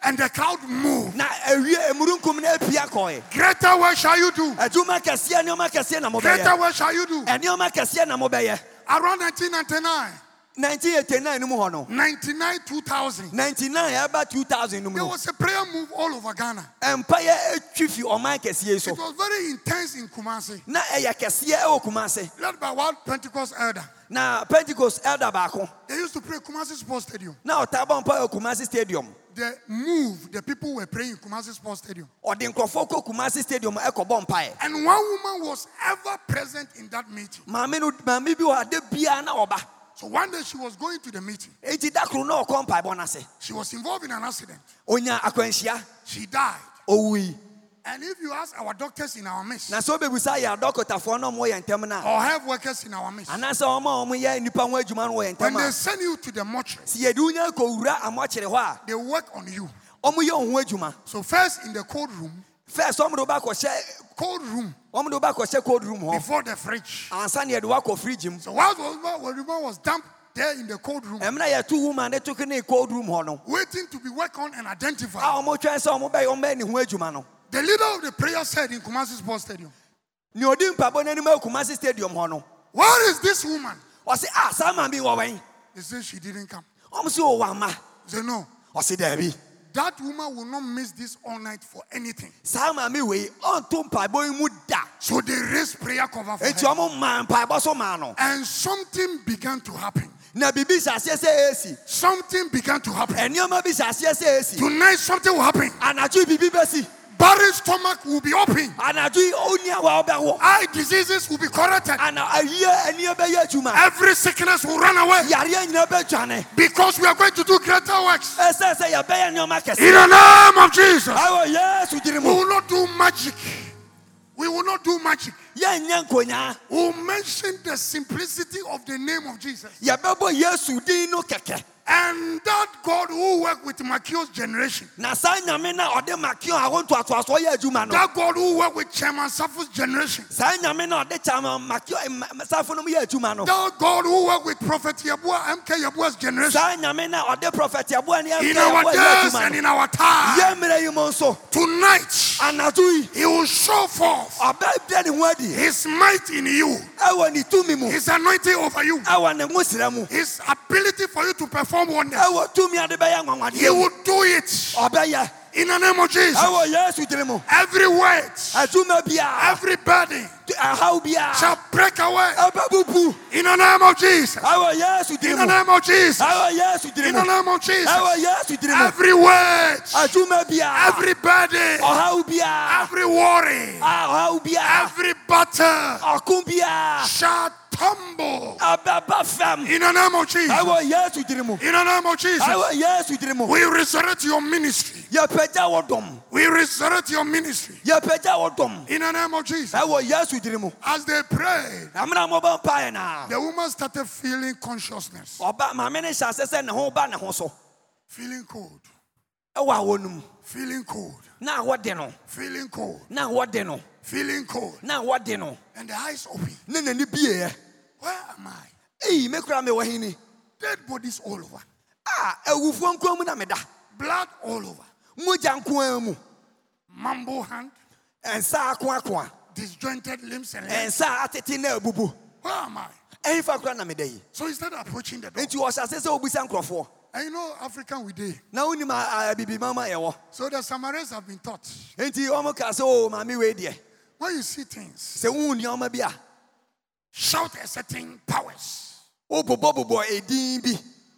Speaker 1: And the cloud moved.
Speaker 2: na awie emurunkum na apia kɔe
Speaker 1: Greater work shall you do.
Speaker 2: adwuma kɛseɛ nneɔma kɛseɛ na
Speaker 1: Greater
Speaker 2: mobɛyɛ
Speaker 1: work shall you do.
Speaker 2: ɛnneɔma kɛseɛ na mobɛyɛ
Speaker 1: Around 1999,
Speaker 2: 1989 no mu hɔ no
Speaker 1: 99, 2000,
Speaker 2: 99 ɛba 2000 no mu
Speaker 1: there
Speaker 2: no
Speaker 1: was a prayer move all over Ghana.
Speaker 2: ɛmpayɛ atwi fi ɔman kɛseɛ yi so
Speaker 1: It was very intense in Kumasi,
Speaker 2: na ɛyɛ kɛseɛ ɛwɔ kumase
Speaker 1: led by one Pentecost elder.
Speaker 2: na pentecost elder baako
Speaker 1: They used to pray Kumasi Sports Stadium.
Speaker 2: na ɔtaa bɔ mpa wɔ kumase stadium
Speaker 1: The move, the people were praying in Kumasi Sports Stadium.
Speaker 2: ɔde nkurɔfoɔ kɔ kumase stadium ɛkɔbɔ mpaeɛ
Speaker 1: And one woman was ever present in that meeting.
Speaker 2: maame no maame bi wɔ ade biara na ɔba
Speaker 1: So one day she was going to the meeting.
Speaker 2: enti da koro na ɔkɔ mpaebɔ no ase
Speaker 1: She was involved in an accident.
Speaker 2: onya akwanhyia
Speaker 1: She died.
Speaker 2: owui
Speaker 1: And if you ask our doctors in our midst,
Speaker 2: na sɛ wobɛbusa yɛ adɔkotafoɔ na ɔmɔ yɛ ntɛm no a
Speaker 1: or health workers in our midst,
Speaker 2: anaasɛ ɔma ɔmo yɛ nnipa ho adwuma no wɔ yɛn
Speaker 1: when
Speaker 2: ntam
Speaker 1: they
Speaker 2: a
Speaker 1: send you to the mortuary,
Speaker 2: sɛ yɛde wonya kɔwura amɔkyere hɔ a
Speaker 1: they work on you.
Speaker 2: ɔmo yɛ ɔho adwuma
Speaker 1: So first in the cold room,
Speaker 2: fɛs ɔmde wobakɔhyɛ
Speaker 1: cold room
Speaker 2: ɔmde wobakɔhyɛ cold room hɔ
Speaker 1: before the fridge.
Speaker 2: ansa ne yɛde woakɔ fridge mu
Speaker 1: So whilst the woman, the woman was dumped there in the cold room,
Speaker 2: ɛmena yɛto woma ne toke ne cold room hɔ no
Speaker 1: waiting to be worked on and identified,
Speaker 2: a ɔmotwɛn sɛ ɔmobɛyɛ ɔmbɛyɛ ne ho adwuma no
Speaker 1: the leader of the prayer said in Kumasi Sports Stadium,
Speaker 2: ne ɔdi mpabɔ no anim akuma se stadium hɔ no
Speaker 1: Where is this woman?
Speaker 2: ɔse a saa ma bi wɔ wɛn
Speaker 1: They said she didn't come.
Speaker 2: ɔm sɛ ɔwɔ ama
Speaker 1: They said, No,
Speaker 2: ɔse daabi
Speaker 1: that woman will not miss this all night for anything.
Speaker 2: saa ma me wei ɔnto mpaebɔ yi mu da
Speaker 1: So they raised prayer cover for
Speaker 2: enti
Speaker 1: her.
Speaker 2: ɔmo ma mpaebɔ so ma no
Speaker 1: And something began to happen.
Speaker 2: na biribi hyɛ aseɛ sɛ ɛsi
Speaker 1: Something began to happen.
Speaker 2: nneɛma bi hyɛ aseɛ sɛ ɛsi
Speaker 1: Tonight, something will happen.
Speaker 2: anadwo biribi bɛsi
Speaker 1: Barry's stomach will be open.
Speaker 2: anadwo yi ɔni awa ɔbɛwɔ
Speaker 1: Eye diseases will be corrected.
Speaker 2: ana ayie ɛniɛ bɛyɛ adwuma
Speaker 1: Every sickness will run away
Speaker 2: yareɛ nyina bɛdwane
Speaker 1: because we are going to do greater works.
Speaker 2: ɛsɛ sɛ yɛbɛyɛ nneɛma
Speaker 1: In
Speaker 2: kɛse
Speaker 1: the name of Jesus.
Speaker 2: ɛwɔ yesu gyiri
Speaker 1: We
Speaker 2: mu
Speaker 1: will not do magic. We will not do magic.
Speaker 2: yɛnyɛ nkonyaa
Speaker 1: We will mention the simplicity of the name of Jesus.
Speaker 2: yɛbɛbɔ yesu din no kɛkɛ
Speaker 1: And that God who worked with Makios generation,
Speaker 2: na saa nyame no a ɔde makeo awo ntoatoasoɔ yɛ adwuma no
Speaker 1: that God who worked with Chairman Safu's generation,
Speaker 2: saa nyame no a ɔde kyama makeo safo nom yɛ adwuma no
Speaker 1: that God who worked with Prophet Yabua, MK Yabua's generation,
Speaker 2: saa nyame no a ɔde prɔfɛt aboa ne
Speaker 1: in our
Speaker 2: ɛnkɛyɛ
Speaker 1: days
Speaker 2: adwuma
Speaker 1: and
Speaker 2: no
Speaker 1: in our time,
Speaker 2: yɛ mmerɛ yi mu nso
Speaker 1: tonight,
Speaker 2: anadwo yi
Speaker 1: He will show forth
Speaker 2: ɔbɛbrɛ ne ho adi
Speaker 1: His might in you,
Speaker 2: ɛwɔ ne tumi mu
Speaker 1: His anointing over you,
Speaker 2: ɛwɔ ne ngosrɛ mu
Speaker 1: His ability for you to perform wonders.
Speaker 2: ɛwɔ tumi ade bɛyɛ
Speaker 1: He
Speaker 2: nwanwadeɛ
Speaker 1: will do it
Speaker 2: ɔbɛyɛ
Speaker 1: in the name of Jesus.
Speaker 2: ɛwɔ yesu diri mu
Speaker 1: Every weight,
Speaker 2: adwuma biara
Speaker 1: every burden
Speaker 2: ɛhaw biara
Speaker 1: shall break away
Speaker 2: ɛbɛbubu
Speaker 1: in the name of Jesus.
Speaker 2: ɛwɔ yesu
Speaker 1: In
Speaker 2: diri
Speaker 1: the
Speaker 2: mu
Speaker 1: name of Jesus.
Speaker 2: ɛwɔ yesu diri
Speaker 1: In the
Speaker 2: mu
Speaker 1: name of Jesus.
Speaker 2: ɛwɔ yesu diri mu
Speaker 1: Every weight,
Speaker 2: adwuma biara
Speaker 1: every burden,
Speaker 2: ɔhaw biara
Speaker 1: every worry,
Speaker 2: a- ɔhaw biara
Speaker 1: every battle
Speaker 2: ɔko biara
Speaker 1: shall tumble
Speaker 2: ɛbɛba fam
Speaker 1: in the name of Jesus.
Speaker 2: ɛwɔ yesu diri mu
Speaker 1: In the name of Jesus.
Speaker 2: ɛwɔ yesu diri mu
Speaker 1: We resurrect your ministry.
Speaker 2: yɛpɛgya wɔ dɔm
Speaker 1: We resurrect your ministry.
Speaker 2: yɛpɛgya wɔ dɔm
Speaker 1: In the name of Jesus.
Speaker 2: ɛwɔ yesu diri mu
Speaker 1: As they prayed,
Speaker 2: amena mɔbɔ mpaeɛ naa
Speaker 1: the woman started feeling consciousness,
Speaker 2: ɔba maame no hyɛ ase sɛ ne ho ba ne ho so
Speaker 1: feeling cold,
Speaker 2: ɛwɔ awɔ no mu
Speaker 1: feeling cold,
Speaker 2: na wɔde no
Speaker 1: feeling cold,
Speaker 2: na wɔde no
Speaker 1: feeling cold.
Speaker 2: na wɔde no
Speaker 1: And the eyes open.
Speaker 2: ne n'ani bieɛ
Speaker 1: Where am I?
Speaker 2: ei me kura me wɔ he ni
Speaker 1: Dead bodies all over,
Speaker 2: a awufoɔ nkurom na meda
Speaker 1: blood all over.
Speaker 2: mogya nkoa mu
Speaker 1: mumble hand,
Speaker 2: ɛnsa akoakoa
Speaker 1: disjointed limbs and legs.
Speaker 2: ɛnsa a atete na abubu
Speaker 1: Where am I?
Speaker 2: ɛyifa kora na meda yi
Speaker 1: So he started approaching the door.
Speaker 2: nti ɔhyɛ ase sɛ wobisa nkurɔfoɔ
Speaker 1: And you know, African we did.
Speaker 2: na wonim abibima ma yɛwɔ
Speaker 1: So the Samaritans have been taught.
Speaker 2: nti ɔmo ka sɛ o maame wei deɛ
Speaker 1: When you see things,
Speaker 2: sɛ wohu nneɔma bi a
Speaker 1: shout at certain powers.
Speaker 2: wobobɔbobɔ edin bi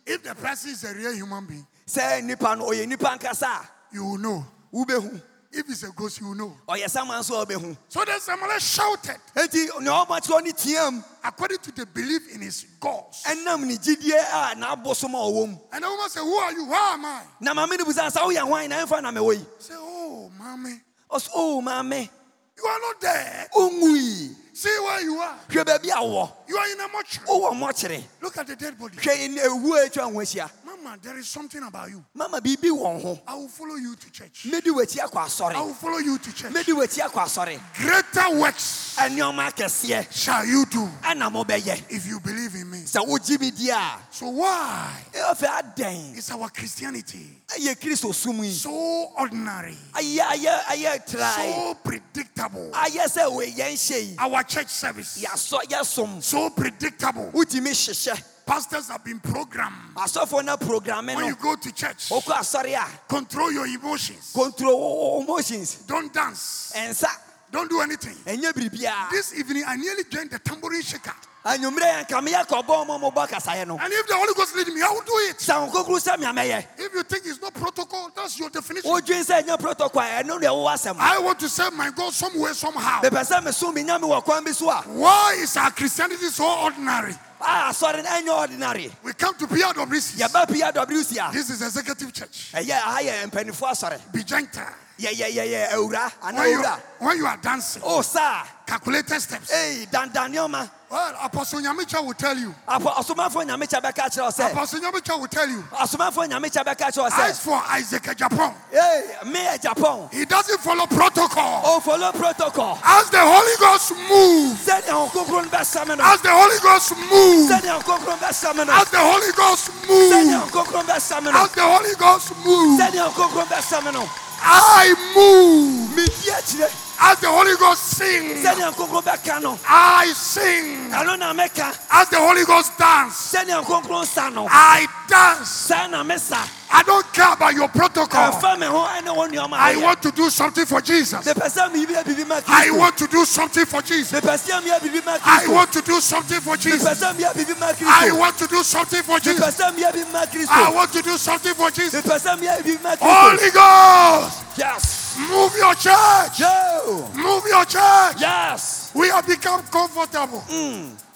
Speaker 1: If the person is a real human being,
Speaker 2: sɛ nipa no ɔyɛ nipa nkasa a
Speaker 1: you will know.
Speaker 2: wobɛhu
Speaker 1: If it's a ghost, you will know.
Speaker 2: ɔyɛ saman so a wobɛhu
Speaker 1: So the Samaritan shouted
Speaker 2: nti nea ɔmakyerɛ ne team
Speaker 1: according to the belief in his gods.
Speaker 2: ɛnam ne gyidie a n'abosom a ɔwɔ mu
Speaker 1: And the woman said, Who are you? Where am I?
Speaker 2: na maame no busa sa woyɛ hwan na ɛmfa na mɛwɔ yi
Speaker 1: He said, Oh, mommy,
Speaker 2: ɔso o maame
Speaker 1: you are not there.
Speaker 2: wonwui
Speaker 1: See where you are.
Speaker 2: hwɛ baabi a wowɔ
Speaker 1: You are in a mortuary.
Speaker 2: wowɔ mmɔkyere
Speaker 1: Look at the dead body.
Speaker 2: hwɛ ne- ewu a atwa ho ahyia
Speaker 1: Mama, there is something about you.
Speaker 2: mama biribi wɔ ho
Speaker 1: I will follow you to church.
Speaker 2: mɛdi w'akyi akɔ
Speaker 1: I
Speaker 2: asɔre
Speaker 1: will follow you to church.
Speaker 2: mɛdi w'akyi akɔ asɔre
Speaker 1: Greater works
Speaker 2: ɛnneɔma akɛseɛ
Speaker 1: shall you do
Speaker 2: ɛna mobɛyɛ
Speaker 1: if you believe in me.
Speaker 2: sɛ wogye me di a
Speaker 1: So why
Speaker 2: ɛfɛ adɛn
Speaker 1: is our Christianity
Speaker 2: ɛyɛ kristo som yi
Speaker 1: so ordinary,
Speaker 2: ayɛ ayɛ ayɛ trae
Speaker 1: so predictable?
Speaker 2: ayɛ sɛ wo- yɛnhyɛ yi
Speaker 1: Our church service
Speaker 2: yɛasɔ yɛsom
Speaker 1: so predictable.
Speaker 2: wotumi hyehyɛ
Speaker 1: Pastors have been programmed.
Speaker 2: asɔfoɔ no programme
Speaker 1: When you
Speaker 2: no
Speaker 1: go to church,
Speaker 2: wokɔ asɔre a
Speaker 1: control your emotions.
Speaker 2: control wo- wo emotions
Speaker 1: Don't dance.
Speaker 2: ɛnsa
Speaker 1: Don't do anything.
Speaker 2: ɛnyɛ biribiaa
Speaker 1: This evening, I nearly joined the tambourine shaker.
Speaker 2: anwummerɛ yɛnka meyɛ kɔbɔ ma mobɔ kasaeɛ no
Speaker 1: And if the Holy Ghost lead me, I will do it.
Speaker 2: sa wo kokuru sɛ mea mɛyɛ
Speaker 1: If you think it's not protocol, that's your definition.
Speaker 2: wodwen sɛ ɛnyɛ protocol a ɛno ne ɛwowɔ asɛm
Speaker 1: I want to serve my God somewhere, somehow.
Speaker 2: mepɛ sɛ mesom menya me wɔ kwan bi so a
Speaker 1: Why is our Christianity so ordinary?
Speaker 2: a asɔre no ɛnyɛ ordinary
Speaker 1: We come to PRWC.
Speaker 2: yɛba pwc a
Speaker 1: This is executive church.
Speaker 2: ɛyɛ aha yɛ mpanifoɔ asɔre
Speaker 1: Be gentle.
Speaker 2: yɛyɛyɛyɛ awura anaa
Speaker 1: When you,
Speaker 2: owura
Speaker 1: when you are dancing,
Speaker 2: o saa
Speaker 1: calculated steps.
Speaker 2: ei dandan nneɔma
Speaker 1: Well, Apostle Nyamicha will tell you.
Speaker 2: Apo- asomafoɔ nyame kyɛ bɛka kyerɛ wo sɛ
Speaker 1: Apostle Nyamicha will tell you.
Speaker 2: asomafoɔ nyame kyɛ bɛka kyerɛ wo
Speaker 1: As
Speaker 2: sɛ
Speaker 1: for Isaac Japon,
Speaker 2: ei meyɛ japan
Speaker 1: he doesn't follow protocol.
Speaker 2: ɔfollow protocol
Speaker 1: As the Holy Ghost moves,
Speaker 2: sɛnea ho kokoro no bɛsɛ me no
Speaker 1: as the Holy Ghost moves,
Speaker 2: sɛnea ho kokoro no bɛsɛ me no
Speaker 1: as the Holy Ghost
Speaker 2: sɛnea
Speaker 1: moves,
Speaker 2: ho kokoro no bɛsɛ me no
Speaker 1: as the Holy Ghost moves,
Speaker 2: sɛnea ho kokoro no bɛsɛ me no
Speaker 1: I move.
Speaker 2: medi akyirɛ
Speaker 1: As the Holy Ghost sings,
Speaker 2: sɛnea ho kokoro bɛka no
Speaker 1: I sing.
Speaker 2: ɛno na mɛka
Speaker 1: As the Holy Ghost dance,
Speaker 2: sɛnea ho kokoro nsa no
Speaker 1: I dance.
Speaker 2: saa na mesa
Speaker 1: I don't care about your protocol.
Speaker 2: ɛmfa me ho ɛne wo nneɔma
Speaker 1: I
Speaker 2: ayɛ
Speaker 1: want to do something for Jesus.
Speaker 2: mepɛ sɛ meyibia biribi ma
Speaker 1: I
Speaker 2: kristo
Speaker 1: want to do something for Jesus.
Speaker 2: mepɛ sɛ meyɛ biribi ma
Speaker 1: I
Speaker 2: kristo
Speaker 1: want to do something for
Speaker 2: mepɛ
Speaker 1: Jesus.
Speaker 2: sɛ meyɛ biribi ma
Speaker 1: I
Speaker 2: kristo
Speaker 1: want to do something for
Speaker 2: mepɛ
Speaker 1: Jesus.
Speaker 2: sɛ meyɛ biribi ma kristo
Speaker 1: I want to do something for Jesus.
Speaker 2: mepɛ sɛ meyɛ biribi ma kristo
Speaker 1: Holy Ghost,
Speaker 2: yes
Speaker 1: move your church.
Speaker 2: yo
Speaker 1: Move your church.
Speaker 2: yes
Speaker 1: We have become comfortable.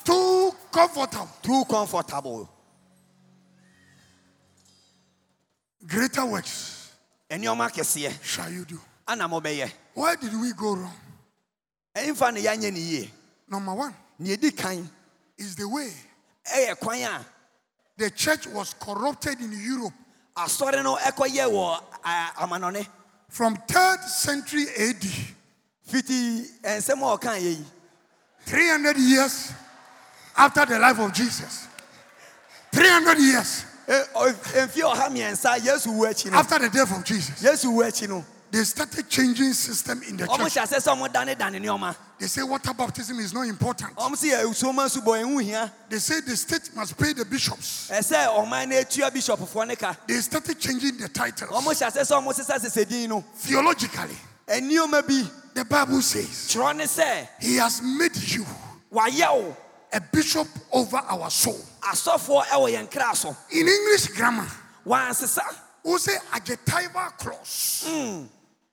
Speaker 1: Too comfortable.
Speaker 2: too comfortable
Speaker 1: Greater works
Speaker 2: nneɔma kɛseɛ
Speaker 1: shall you do.
Speaker 2: ana mobɛyɛ
Speaker 1: Why did we go wrong?
Speaker 2: ɛmfa ne yɛanyɛ ne yie
Speaker 1: Number one
Speaker 2: ne yɛdi kan
Speaker 1: is the way
Speaker 2: ɛyɛ kwan a
Speaker 1: the church was corrupted in Europe
Speaker 2: asɔre no ɛkɔyɛ wɔ ah, amanɔne
Speaker 1: from 3rd century AD,
Speaker 2: fiti ɛnsɛm a ɔka yɛ yi
Speaker 1: 300 years after the life of Jesus. 300 years
Speaker 2: Eh, ɔ- mfeɛ ɔha mmiɛnsa yesu wu akyi no
Speaker 1: after the death of Jesus.
Speaker 2: yesu wu akyi no
Speaker 1: They started changing system in the
Speaker 2: ɔmo
Speaker 1: church.
Speaker 2: hyɛ asɛ sɛ ɔmo danedane nneɔma
Speaker 1: They say water baptism is not important.
Speaker 2: ɔmo sɛ yɛ suoma subɔ ɛho hia
Speaker 1: They say the state must pay the bishops.
Speaker 2: ɛsɛ ɔman no atua bishopfoɔ ne ka
Speaker 1: They started changing the titles.
Speaker 2: ɔmo hyɛ asɛ sɛ ɔmo sesa sesɛ din no
Speaker 1: Theologically,
Speaker 2: ɛnneɔma bi
Speaker 1: the Bible says
Speaker 2: kyerɛ ne sɛ
Speaker 1: he has made you
Speaker 2: wayɛ wo
Speaker 1: a bishop over our soul.
Speaker 2: asɔfoɔ ɛwɔ yɛn kra so
Speaker 1: In English grammar,
Speaker 2: wansesa
Speaker 1: we say adjectival clause.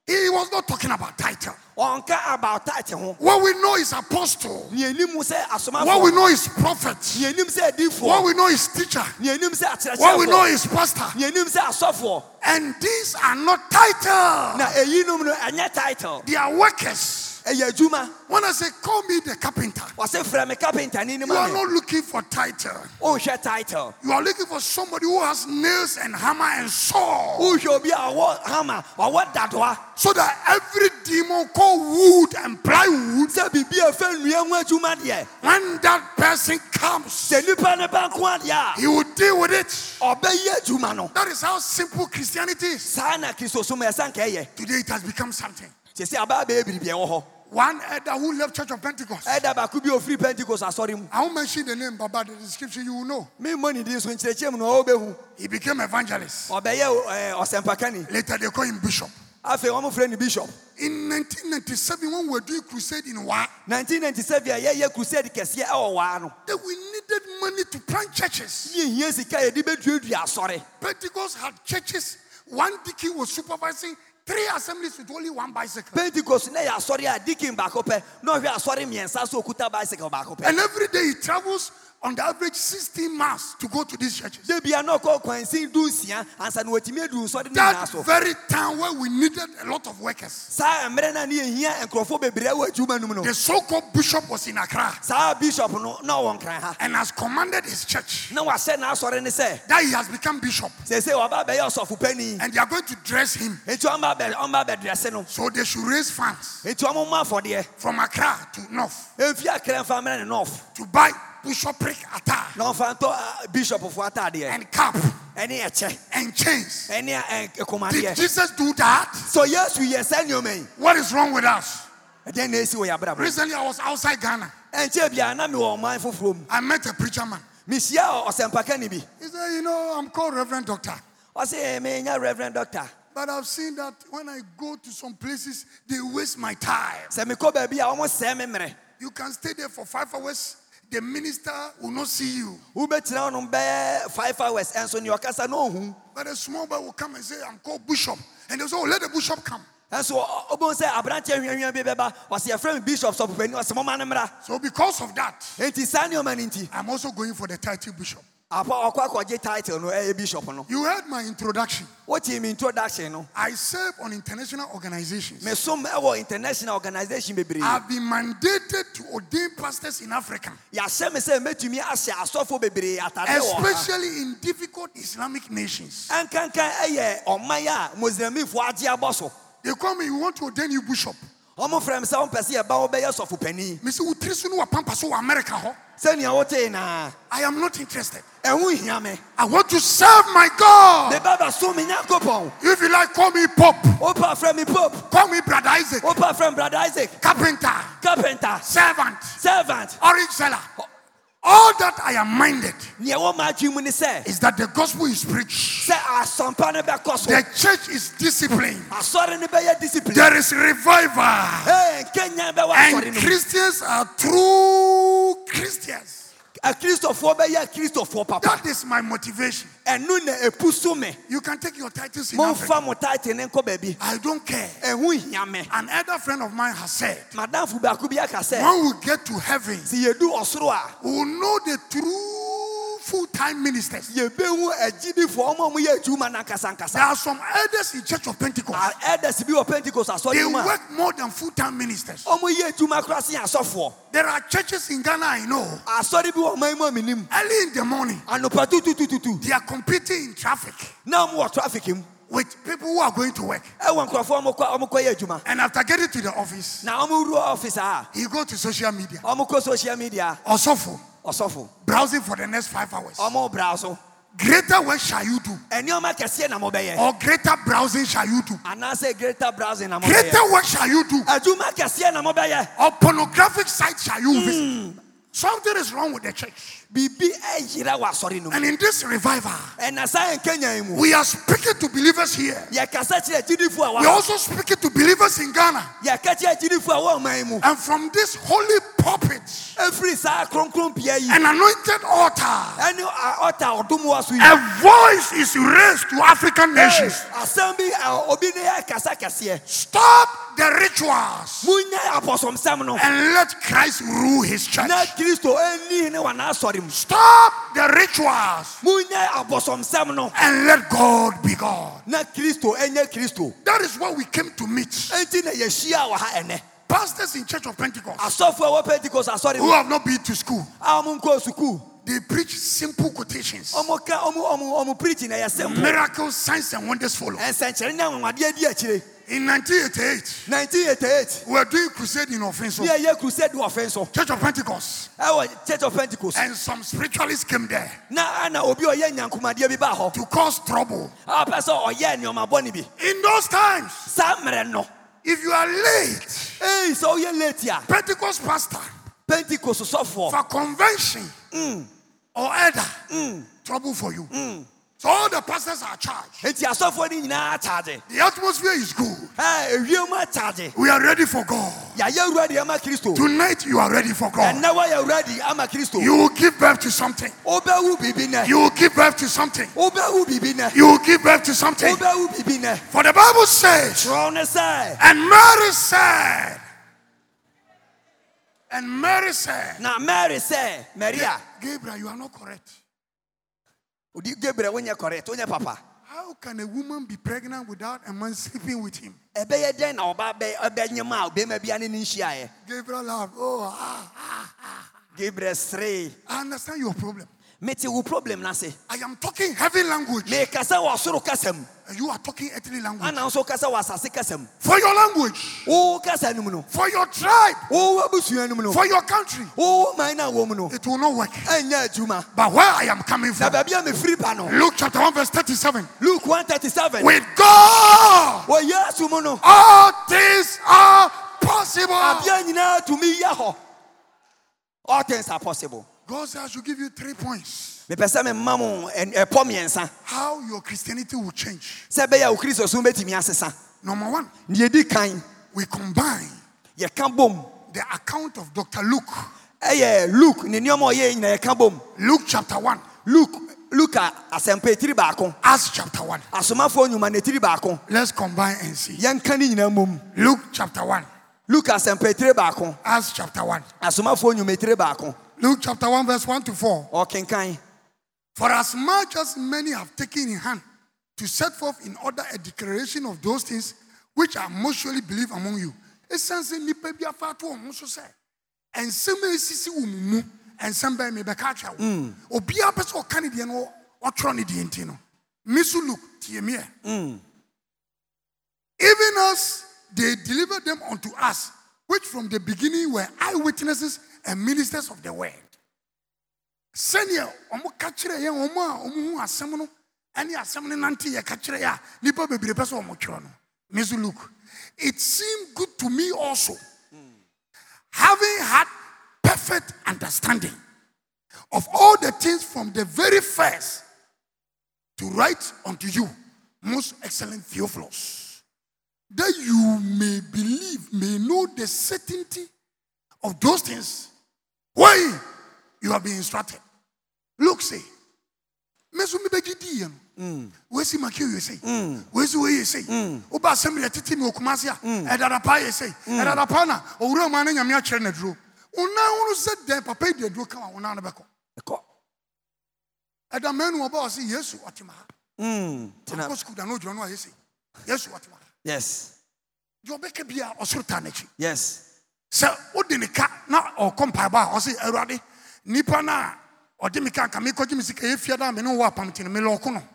Speaker 1: He was not talking about title.
Speaker 2: ɔnka about tate ho
Speaker 1: What we know is apostle.
Speaker 2: neanim sɛ
Speaker 1: What we
Speaker 2: asomafoɔ
Speaker 1: know is prophet.
Speaker 2: neanim sɛ
Speaker 1: What
Speaker 2: adifoɔ
Speaker 1: we know is teacher.
Speaker 2: neanim sɛ
Speaker 1: What we know
Speaker 2: akyerɛkyerɛfoɔ
Speaker 1: is pastor.
Speaker 2: neanim sɛ asɔfoɔ
Speaker 1: And these are not titles.
Speaker 2: na eyinom no ɛnyɛ title
Speaker 1: They are workers.
Speaker 2: ɛyɛ adwuma
Speaker 1: When I say, call me the carpenter,
Speaker 2: wɔse frɛ me kapentani
Speaker 1: you
Speaker 2: no ma
Speaker 1: are
Speaker 2: me
Speaker 1: not looking for title.
Speaker 2: wonhwɛ title
Speaker 1: You are looking for somebody who has nails and hammer and saw.
Speaker 2: wohwɛ obi a ɔwɔ hama ɔwɔ dadoa
Speaker 1: So that every demon called wood and plywood,
Speaker 2: sɛ biribi a ɛfɛ nnua ho adwuma deɛ
Speaker 1: when that blessing comes,
Speaker 2: sɛ nipa ne ba nko adeɛ a
Speaker 1: he will deal with it.
Speaker 2: ɔbɛyɛ adwuma no
Speaker 1: That is how simple Christianity is.
Speaker 2: saa na kristosom ɛsa nka ɛyɛ
Speaker 1: Today it has become something.
Speaker 2: sɛ sɛ abaa bɛyɛ biribiɛ wɔ hɔ
Speaker 1: One elder who left Church of Pentecost.
Speaker 2: ɛda baako bi a ɔfiri pentecost asɔre mu
Speaker 1: I won't mention the name, but by the description you will know.
Speaker 2: memmɔ ne din so nkyerɛkyerɛ mu na ɔwɔbɛhu
Speaker 1: He became evangelist.
Speaker 2: ɔbɛyɛ ɔsɛmpakani
Speaker 1: Later they call him bishop.
Speaker 2: afei wɔmfrɛ no bishop
Speaker 1: In 1997, when we were doing crusade in Wa,
Speaker 2: 1997 a yɛyɛ crusade kɛseɛ ɛwɔ waa no
Speaker 1: that we needed money to plant churches.
Speaker 2: ne yɛhia sika a yɛde bɛduadua asɔre
Speaker 1: Pentecost had churches. One deacon was supervising three assemblies with only one bicycle.
Speaker 2: pentecost na yɛ asɔre a dikin baako pɛ na ɔhwɛ asɔre mmiɛnsa so okuta bicycle baako pɛ
Speaker 1: And every day he travels on the average 16 miles to go to these churches.
Speaker 2: da bia na ɔkɔ kwansin du nsia ansa na watumi adu nsɔre no nyinaa
Speaker 1: That
Speaker 2: so
Speaker 1: very town where we needed a lot of workers.
Speaker 2: saa mmerɛ no a ne yɛhia nkurɔfoɔ bebree wɔ adwuma no mu no
Speaker 1: The so called bishop was in Accra
Speaker 2: saa bishop no na ɔwɔ nkran ha
Speaker 1: and has commanded his church
Speaker 2: na wahyɛ n'asɔre ne sɛ
Speaker 1: that he has become bishop
Speaker 2: sese ɔba bɛyɛ ɔsɔfo panin
Speaker 1: and they are going to dress him.
Speaker 2: eti ɔmba bɛ ɔmba bɛdrɛse no
Speaker 1: So they should raise funds
Speaker 2: eti ɔmo mma afɔdeɛ
Speaker 1: from Accra to North
Speaker 2: efi akɛrɛ nfa mmerɛ ne nɔɔf
Speaker 1: to buy bishopric attire
Speaker 2: na ɔmfa ntɔ bishopfoɔ ataadeɛ
Speaker 1: and cap
Speaker 2: ɛne ɛkyɛ
Speaker 1: and chains.
Speaker 2: ɛne ɛ- ɛ-
Speaker 1: Did
Speaker 2: kɔmmuadeɛ
Speaker 1: Jesus do that?
Speaker 2: so yesu yɛ saa nneɛma yi
Speaker 1: What is wrong with us?
Speaker 2: ɛdɛn na esi wɔ yɛ abrabɔ
Speaker 1: Recently, I was outside Ghana.
Speaker 2: ɛnkyɛn bia na mi wɔ ɔman foforɔ mu
Speaker 1: I met a preacher man.
Speaker 2: mehyia ɔsɛmpakani bi
Speaker 1: He said, You know, I'm called Reverend Doctor.
Speaker 2: ɔsi menya eh, reverend doctor
Speaker 1: But I've seen that when I go to some places, they waste my time.
Speaker 2: sɛ mekɔ baabi a ɔmo sɛɛ me mmerɛ
Speaker 1: You can stay there for five hours, the minister will not see you.
Speaker 2: wobɛtena hɔnom bɛyɛ five hours ɛnso nea ɔkasa na ohu
Speaker 1: But a small boy will come and say, I'm called Bishop. And they'll say, Oh, let the Bishop come.
Speaker 2: ɛnso ɔ- ɔbɛn sɛ aberanteɛ hwiahwia bi bɛba ɔsi yɛfrɛ mi bishop sɔpupani ɔsi mɔma ne mmerɛ
Speaker 1: So, because of that,
Speaker 2: eti saa nneɛma ne nti
Speaker 1: I'm also going for the title Bishop.
Speaker 2: apa ɔkɔ akɔgye title no ɛyɛ bishop no
Speaker 1: You heard my introduction.
Speaker 2: wotie mi introduction no
Speaker 1: I serve on international organizations.
Speaker 2: mesom ɛwɔ international organisation bebree
Speaker 1: I've been mandated to ordain pastors in Africa,
Speaker 2: yɛahyɛ me sɛ mɛtumi ahyɛ asɔfo bebree atade wɔ ha
Speaker 1: especially in difficult Islamic nations.
Speaker 2: ɛnkankan ɛyɛ ɔman a moslemifoɔ agye abɔ so
Speaker 1: They call me, We want to ordain you Bishop.
Speaker 2: ɔmo frɛ me sɛ wompɛ sɛ yɛba wobɛyɛ sɔfopani
Speaker 1: Me say, "Wo tiri so no wɔ pampa so wɔ America hɔ."
Speaker 2: sɛnea wotee naa
Speaker 1: I am not interested.
Speaker 2: ɛho hia me
Speaker 1: I want to serve my God.
Speaker 2: meba bɛso me nyankopɔn
Speaker 1: If you like, call me Pope,
Speaker 2: wopa frɛ me pop
Speaker 1: call me Brother Isaac,
Speaker 2: wopa frɛ me brother isaac
Speaker 1: carpenter,
Speaker 2: carpenter
Speaker 1: servant,
Speaker 2: servant
Speaker 1: orange seller. All that I am minded
Speaker 2: nea ɛwɔ maadwe mu ne sɛ
Speaker 1: is that the gospel is preached,
Speaker 2: sɛ asɔmpa no bɛkɔ so
Speaker 1: the church is disciplined,
Speaker 2: asɔre no bɛyɛ discipline
Speaker 1: there is revival,
Speaker 2: Hey, kenya bɛwɔ asɔre
Speaker 1: and
Speaker 2: no mu
Speaker 1: Christians are true Christians.
Speaker 2: akristofoɔ bɛyɛ akristofoɔ papa
Speaker 1: That is my motivation.
Speaker 2: ɛno na ɛpu so me
Speaker 1: You can take your titles in Africa.
Speaker 2: momfa mo title ne nkɔ baabi
Speaker 1: I don't care.
Speaker 2: ɛho hia me
Speaker 1: An elder friend of mine has said,
Speaker 2: madamfo baako bi aka sɛ
Speaker 1: when we get to heaven,
Speaker 2: sɛ yɛdu ɔsoro a
Speaker 1: we will know the true full-time ministers.
Speaker 2: yɛbɛhu agyidifoɔ ɔma mu yɛ adwuma no
Speaker 1: There
Speaker 2: ankasankasa
Speaker 1: are some elders in Church of
Speaker 2: Ah,
Speaker 1: Pentecost.
Speaker 2: ɛdɛs bi wɔ pentecost
Speaker 1: They
Speaker 2: asɔre mu a
Speaker 1: work more than full-time ministers.
Speaker 2: ɔmo yɛ adwuma kora se asɔfoɔ
Speaker 1: There are churches in Ghana I know.
Speaker 2: asɔre bi wɔ ɔman mu a menim
Speaker 1: Early in the morning,
Speaker 2: anopa tututututu
Speaker 1: they are competing in traffic
Speaker 2: na ɔmo wɔ traffic mu
Speaker 1: with people who are going to work.
Speaker 2: ɛwɔ nkurɔfoɔ ɔmo kɔ ɔmo kɔ yɛ adwuma
Speaker 1: And after getting to the office,
Speaker 2: na ɔmo wuro ɔfis a
Speaker 1: you go to social media.
Speaker 2: ɔmo kɔ social media
Speaker 1: Osofo,
Speaker 2: ɔsɔfo
Speaker 1: browsing for the next five hours.
Speaker 2: ɔmo bra so
Speaker 1: Greater work shall you do,
Speaker 2: ɛnneɛma kɛseɛ na mo bɛyɛ
Speaker 1: or greater browsing shall you do.
Speaker 2: anaasɛ greater browsing na mo bɛyɛ
Speaker 1: Greater work shall you do,
Speaker 2: adwuma kɛseɛ na mo bɛyɛ
Speaker 1: or pornographic sites shall you visit. Something is wrong with the church.
Speaker 2: biribi ɛyera wɔ asɔre no mu
Speaker 1: And in this revival,
Speaker 2: ɛna saa nkenya yi mu
Speaker 1: we are speaking to believers here.
Speaker 2: yɛkasa kyerɛ agyidifo a
Speaker 1: We
Speaker 2: wɔ
Speaker 1: are also speaking to believers in Ghana.
Speaker 2: yɛka kyerɛ agyidifo a wɔ ɔman yi mu
Speaker 1: And from this holy pulpit
Speaker 2: ɛfiri saa kronkronpia yi
Speaker 1: and anointed altar,
Speaker 2: ɛne a- ɔta ɔdom wɔ so yi
Speaker 1: a voice is raised to African
Speaker 2: Hey,
Speaker 1: nations.
Speaker 2: asɛm bi a obi ne yɛ kasa kɛseɛ
Speaker 1: Stop the rituals
Speaker 2: munya abɔsɔmsɛm no
Speaker 1: and let Christ rule his church.
Speaker 2: na kristo ɛni ne wɔ n'asɔre mu
Speaker 1: Stop the rituals
Speaker 2: munya abɔsɔmsɛm no
Speaker 1: and let God be God.
Speaker 2: na kristo ɛnyɛ kristo
Speaker 1: That is what we came to meet.
Speaker 2: enti na yɛhyia wɔ ha ɛnɛ
Speaker 1: Pastors in Church of Pentecost
Speaker 2: asɔfo a wɔ pentecost asɔre
Speaker 1: who
Speaker 2: mu
Speaker 1: have not been to school,
Speaker 2: a ɔmo nkɔɔ sukuu
Speaker 1: they preach simple quotations.
Speaker 2: ɔmo ka ɔmo ɔmo ɔmo preaching na yɛ simple Eh.
Speaker 1: Miracles, signs, and wonders follow.
Speaker 2: ɛnsɛnkyerɛ ne anwanwadeɛ di akyire
Speaker 1: In 1988,
Speaker 2: 1988
Speaker 1: we were doing crusade in Offenso,
Speaker 2: ne yɛyɛ crusade wɔ fɛn so
Speaker 1: Church of Pentecost,
Speaker 2: ɛwɔ church of pentecost
Speaker 1: and some spiritualists came there
Speaker 2: na ana obi a ɔyɛ nyankomadeɛ bi baa hɔ
Speaker 1: to cause trouble.
Speaker 2: a ɔpɛ sɛ ɔyɛ nneɛma bɔne bi
Speaker 1: In those times,
Speaker 2: saa mmerɛ no
Speaker 1: if you are late,
Speaker 2: ei sɛ woyɛ late a
Speaker 1: Pentecost pastor
Speaker 2: pentecost sɔfoɔ
Speaker 1: for convention or elder, trouble for you. So all the pastors are charged.
Speaker 2: enti asɔfoɔ no nyinaa atade
Speaker 1: The atmosphere is good.
Speaker 2: Ɛ, ewiem atade
Speaker 1: We are ready for God.
Speaker 2: yɛayɛ awurade ama kristo
Speaker 1: Tonight you are ready for God.
Speaker 2: ɛnɛ woayɛ awurade ama kristo
Speaker 1: You will give birth to something.
Speaker 2: wobɛwu biribi nɛ
Speaker 1: You will give birth to something.
Speaker 2: wobɛwu biribi nɛ
Speaker 1: You will give birth to something.
Speaker 2: wobɛwu biribi nɛ
Speaker 1: For the Bible says,
Speaker 2: kyerɛw ne sɛ
Speaker 1: and Mary said, and Mary said,
Speaker 2: na mary sɛ maria
Speaker 1: Gabriel, you are not correct.
Speaker 2: odi gabriel wonyɛ correct wonyɛ papa
Speaker 1: How can a woman be pregnant without a man sleeping with him?
Speaker 2: ɛbɛyɛ dɛn na ɔba bɛ ɛbɛnyem a ɔbɛrima bia ne ne nhyiaeɛ
Speaker 1: Gabriel laughed. Oh, ah, ah.
Speaker 2: gabriel seree
Speaker 1: I understand your problem.
Speaker 2: mete wo problem no ase
Speaker 1: I am talking heavy language.
Speaker 2: mekasa wɔ soro kasa mu
Speaker 1: and You are talking earthly language.
Speaker 2: ana nso kasa wɔ asase kasa mu
Speaker 1: For your language,
Speaker 2: wo kasa no mu no
Speaker 1: for your tribe,
Speaker 2: wo abusua no mu no
Speaker 1: for your country,
Speaker 2: wo man no a wɔ mu no
Speaker 1: it will not work.
Speaker 2: ɛnyɛ adwuma
Speaker 1: But where I am coming
Speaker 2: na
Speaker 1: from,
Speaker 2: baabi a mefiri ba no
Speaker 1: Luke chapter 1, verse 37.
Speaker 2: luke 137
Speaker 1: With God,
Speaker 2: wɔ yesu mu no
Speaker 1: all things are possible.
Speaker 2: abia nyinaa tumi yɛ hɔ all things are possible
Speaker 1: God says, I should give you three points
Speaker 2: mepɛ sɛ mema mo ɛn- ɛpɔ mmiɛnsa
Speaker 1: how your Christianity will change.
Speaker 2: sɛ ɛbɛyɛ a wo kristo som bɛtumi asesa
Speaker 1: Number one,
Speaker 2: ne yɛdi kan
Speaker 1: we combine
Speaker 2: yɛka bom
Speaker 1: the account of Dr. Luke,
Speaker 2: ɛyɛ luke ne nneɛma a ɔyɛɛ nyina yɛka bom
Speaker 1: Luke chapter 1,
Speaker 2: luke luke a asɛmpa ɛtiri baako
Speaker 1: Acts chapter 1.
Speaker 2: asomafoɔ nnwuma no ɛtiri baako
Speaker 1: Let's combine and see.
Speaker 2: yɛnka ne nyina mmom
Speaker 1: Luke chapter 1,
Speaker 2: luke asɛmpa ɛtiri baako
Speaker 1: Acts chapter 1.
Speaker 2: asomafoɔ nnwuma ɛtiri baako
Speaker 1: Luke chapter 1, verse 1 to 4.
Speaker 2: ɔkenkan
Speaker 1: For as much as many have taken in hand to set forth in order a declaration of those things which are most surely believed among you. Ɛsiane sɛ nnipa bi afa ato wɔn ho so sɛ nsɛm a esisi wɔn mu nsɛm bɛn mi bɛka akyerɛ wɔn. Obiara pɛ sɛ ɔka ne deɛ no ɔtwerɛ ne deɛ nti no. Me so look tie me ɛ. Even as they delivered them unto us, which from the beginning were eyewitnesses and ministers of the word. sɛnea ɔmo ka kyerɛ yɛn ɔmo a ɔmo hu asɛm no ɛne asɛm no nante yɛ ka kyerɛ yɛ a nipa bebree pɛ sɛ ɔmo twerɛ no me nso look it seemed good to me also having had perfect understanding of all the things from the very first to write unto you most excellent theophilus that you may believe may know the certainty of those things why you have been instructed. Look, say, mesu mi bɛgye di yɛ no wesi maki yɛ sei wesi wei yɛ sei woba asɛm deɛ tete mi okuma se a ɛdada paa yɛ sei ɛdada paa na owura mu ano nyame akyerɛ na duro onan ho no sɛ dɛn papa yi deɛ duro kama onan no bɛkɔ
Speaker 2: ɛkɔ
Speaker 1: ɛda mɛnu ɔba ɔsi yesu ɔtema ha
Speaker 2: Mm, tena
Speaker 1: akɔ sukuu da na ogyina no a yɛ sei yesu ɔtema ha
Speaker 2: yes
Speaker 1: deɛ ɔbɛka bi a ɔsoro ta n'akyi
Speaker 2: yes
Speaker 1: sɛ wode ne ka na ɔkɔ mpaebɔ a ɔse awurade nnipa no a ɔde me ka nka mekɔgye me sika yɛfia da a me ne wowɔ apamte no melɛ ɔko no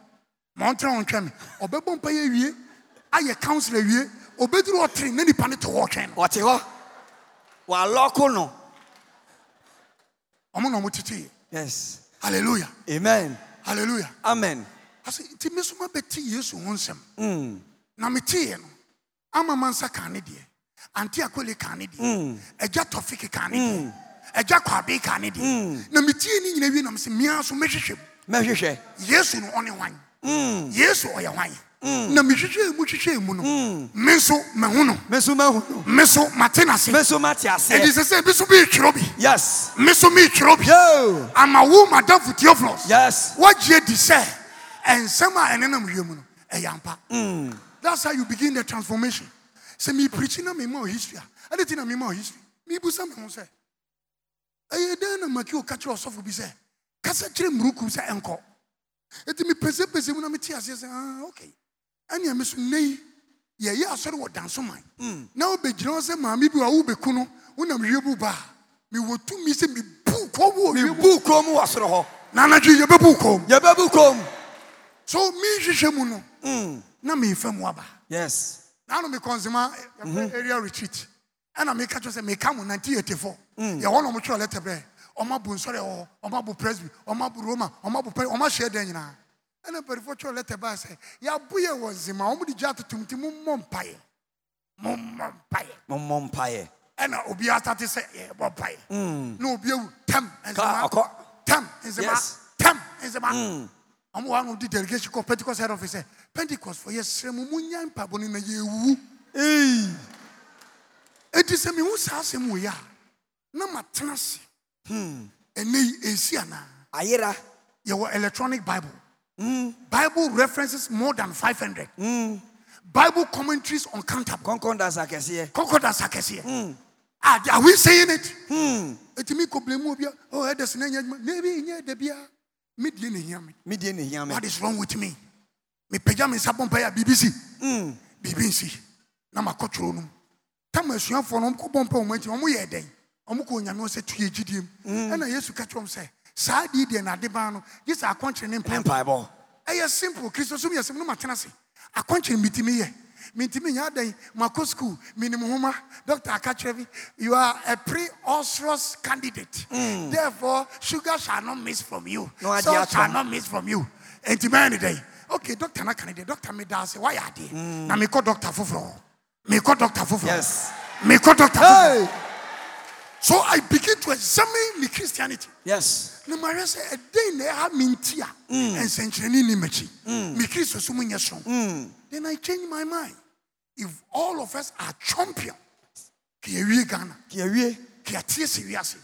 Speaker 1: ma ɔntena wɔntwɛ me ɔbɛbɔ mpa yɛ awie ayɛ council awie ɔbɛduru ɔtere na nnipa no te hɔ ɔtwɛn no
Speaker 2: ɔte hɔ wɔalɔko no
Speaker 1: ɔmo na ɔmotetee
Speaker 2: yes
Speaker 1: halleluya
Speaker 2: amen
Speaker 1: halleluya
Speaker 2: amen
Speaker 1: ase nti me so mabɛte yesu ho nsɛm na meteeɛ no ama mansa kaa ne deɛ ante akole kaa ne deɛ agya tɔfike kaa ne deɛ agya kwabe kaa ne deɛ na metee ne nyina wie nam sɛ mea so mɛhwehwɛ mu
Speaker 2: mɛhwehwɛ
Speaker 1: yesu no ɔne hwan yesu ɔyɛ hwan na mehwehwɛɛ mu hwehwɛɛ mu no me nso mahu no
Speaker 2: me so mahu no
Speaker 1: me so mate nase
Speaker 2: me so mate
Speaker 1: ɛdi
Speaker 2: aseɛ
Speaker 1: sɛ sɛ bi so meretwerɛ bi
Speaker 2: yes
Speaker 1: me so meretwerɛ bi
Speaker 2: yo
Speaker 1: ama wo madamfo theophilus
Speaker 2: yes
Speaker 1: woagye di sɛ ɛnsɛm a ɛnenam wie mu no ɛyɛ ampa that's how you begin the transformation sɛ meprikyi na mema o history a ade ti na mema o history mebusa me ho sɛ ɛyɛ dɛn na maki o ka kyerɛ ɔsɔfo bi sɛ kasa kyerɛ mmuruku sɛ ɛnkɔ ɛti mepɛsɛpɛsɛ mu na mete aseɛ sɛ ah, ok ɛnea me so nnɛ yi yɛyɛ asɔre wɔ danso man na wobɛgyina hɔ sɛ maame bi wɔ a wobɛku no wonam wie mu ba a mewɔ tumi sɛ mebu kɔ mu wɔ wie mu
Speaker 2: mebu kurom wɔ soro hɔ
Speaker 1: na anadwo yɛbɛbu kɔ mu
Speaker 2: yɛbɛbu kurom
Speaker 1: so mehwehwɛ mu no na mefa mu aba
Speaker 2: yes
Speaker 1: Na nanu mi kɔnsima area retreat ɛna mi ka kyerɛ sɛ mi ka mu nineteen eighty four yɛ wɔn na ɔmo twerɛ lɛtɛ brɛ ɔmo abu nsɔre wɔ hɔ ɔmo abu presby ɔmo abu roma ɔmo abu pɛ ɔmo ahyɛ dɛ nyinaa ɛna mpanyinfoɔ twerɛ lɛtɛ baa sɛ yabu yɛ wɔ nzima ɔmo de gya atutum ti mu mmɔ mpaeɛ mu mmɔ mpaeɛ
Speaker 2: mommɔ mpaeɛ
Speaker 1: ɛna obi asate sɛ yɛbɔ mpaeɛ na obi awu tam
Speaker 2: Mm. Ka-
Speaker 1: nzima
Speaker 2: ɔkɔ.
Speaker 1: tam nzima
Speaker 2: Yes. Mm.
Speaker 1: tam nzima ɔmo wa no di delegation kɔ pentecost head office sɛ pentecost fo yɛsrɛ mu mu nya mpabɔ no na yɛwu eti sɛ mehu saa asɛm wei a na matena ase
Speaker 2: Hmm.
Speaker 1: ɛnɛ yi ɛsi anaa
Speaker 2: ayera
Speaker 1: yɛwɔ electronic bible
Speaker 2: Hmm.
Speaker 1: bible references more than 500 bible commentaries uncountable
Speaker 2: concordas akɛseɛ
Speaker 1: concordance akɛseɛ are Ah, are we saying it ɛtumi kɔblɛmu obia oh ɛdɛs na ɛnyɛ adwuma nebi ɛnyɛ ɛdɛ bia medie ne hia me
Speaker 2: medie ne hia me
Speaker 1: what is wrong with me mepagya me nsa bɔ mpaeɛ a biribi si biribi nsi na makɔtwerɛ no mu tam asuafoɔ no ɔmkɔbɔ mpa ɔma nti ɔmo yɛ dɛn ɔmo kɔ onyame hɔ sɛ tu yɛ gyidiem ɛna yesu ka kyerɛ m sɛ saa dii deɛ nade baa no gye sɛ akɔnkyere ne
Speaker 2: ne
Speaker 1: mpa
Speaker 2: mpaebɔ
Speaker 1: ɛyɛ simple kristo som yɛ sɛm no matena se akɔnkyere metumi yɛ mentumi nyɛ adɛn makɔ school menim homa doctor aka kyerɛ me you are a pre-ulcerous candidate therefore sugar shall not miss from you
Speaker 2: Hmm. No idea
Speaker 1: salt shall
Speaker 2: atɔm.
Speaker 1: not miss from you enti mɛɛ ne dɛn okay doctor na kane deɛ doctor medaa sɛ woayɛ adeɛ na mekɔ doctor foforɔ mekɔ doctor foforɔ
Speaker 2: Hmm. Yes.
Speaker 1: mekɔ doctor
Speaker 3: Hey.
Speaker 1: foforɔ so i begin to examine me christianity
Speaker 2: yes
Speaker 1: na mahwɛ sɛ ɛdɛn na ɛha me nti a ɛnsɛnkyerɛnne ni m'akyi me kristo so mu nyɛ soronko then i change my mind if all of us are champion ka yɛwie ghana
Speaker 2: yɛwie
Speaker 1: ka yɛteɛ sɛ wiase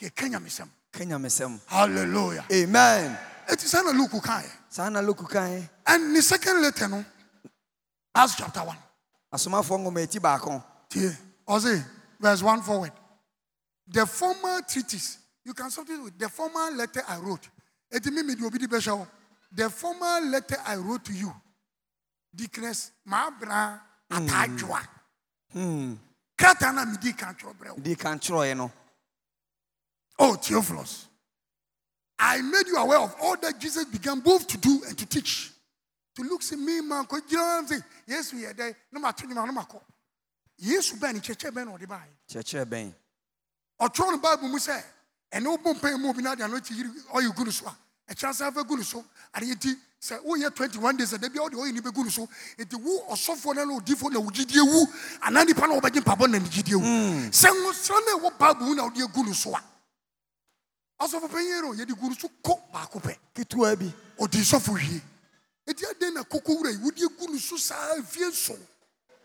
Speaker 1: ka yɛka nyamesɛm
Speaker 2: ka nyamesɛm
Speaker 1: halleluya
Speaker 2: amen
Speaker 1: ɛti sɛ na luke kaeɛ
Speaker 2: saa na loku kan e.
Speaker 1: and ne second letter no acts chapter 1
Speaker 2: asomafoɔ nwoma eti baako
Speaker 1: tie ɔse verse 1 forward the former treatise you can substitute with the former letter i wrote ɛti mi mi di obi di bɛhyɛ wo the former letter i wrote to you deaconess maa bena ataa adwoa krataa na mi di kan twerɛ brɛ wo
Speaker 2: di kan kyerɛɛ no
Speaker 1: oh theophilus i made you aware of all that jesus began both to do and to teach to look say me man ko gyina hɔ sɛ yesu yɛ dɛ na ma to nyuma na ma kɔ yesu bɛn ni kyerɛkyerɛ bɛn na ɔde baa yɛ.
Speaker 2: kyerɛkyerɛ bɛn
Speaker 1: ɔtwerɛ no bible mu sɛ ɛne wobɔ mpa mu obi no ade ano kyiyiri ɔyɛ gu no so a ɛkyerɛ sɛ afa gu no so adeɛ nti sɛ woyɛ 21 days a da bia wode ɔyɛ ni bɛgu no so nti wo ɔsɔfoɔ no ne odiifoɔ na wogyidie wu anaa nipa no wobɛgye mpabɔ na ne gyidie wu sɛ nwosra no ɛwɔ bible mu na wode agu no so a ɔsɔfo panyin no yɛde gu no so kɔ baako pɛ
Speaker 2: ketewa e bi
Speaker 1: ɔdi sɔfo hwie ɛti adɛn na koko wura yi wode agu no so saa fie so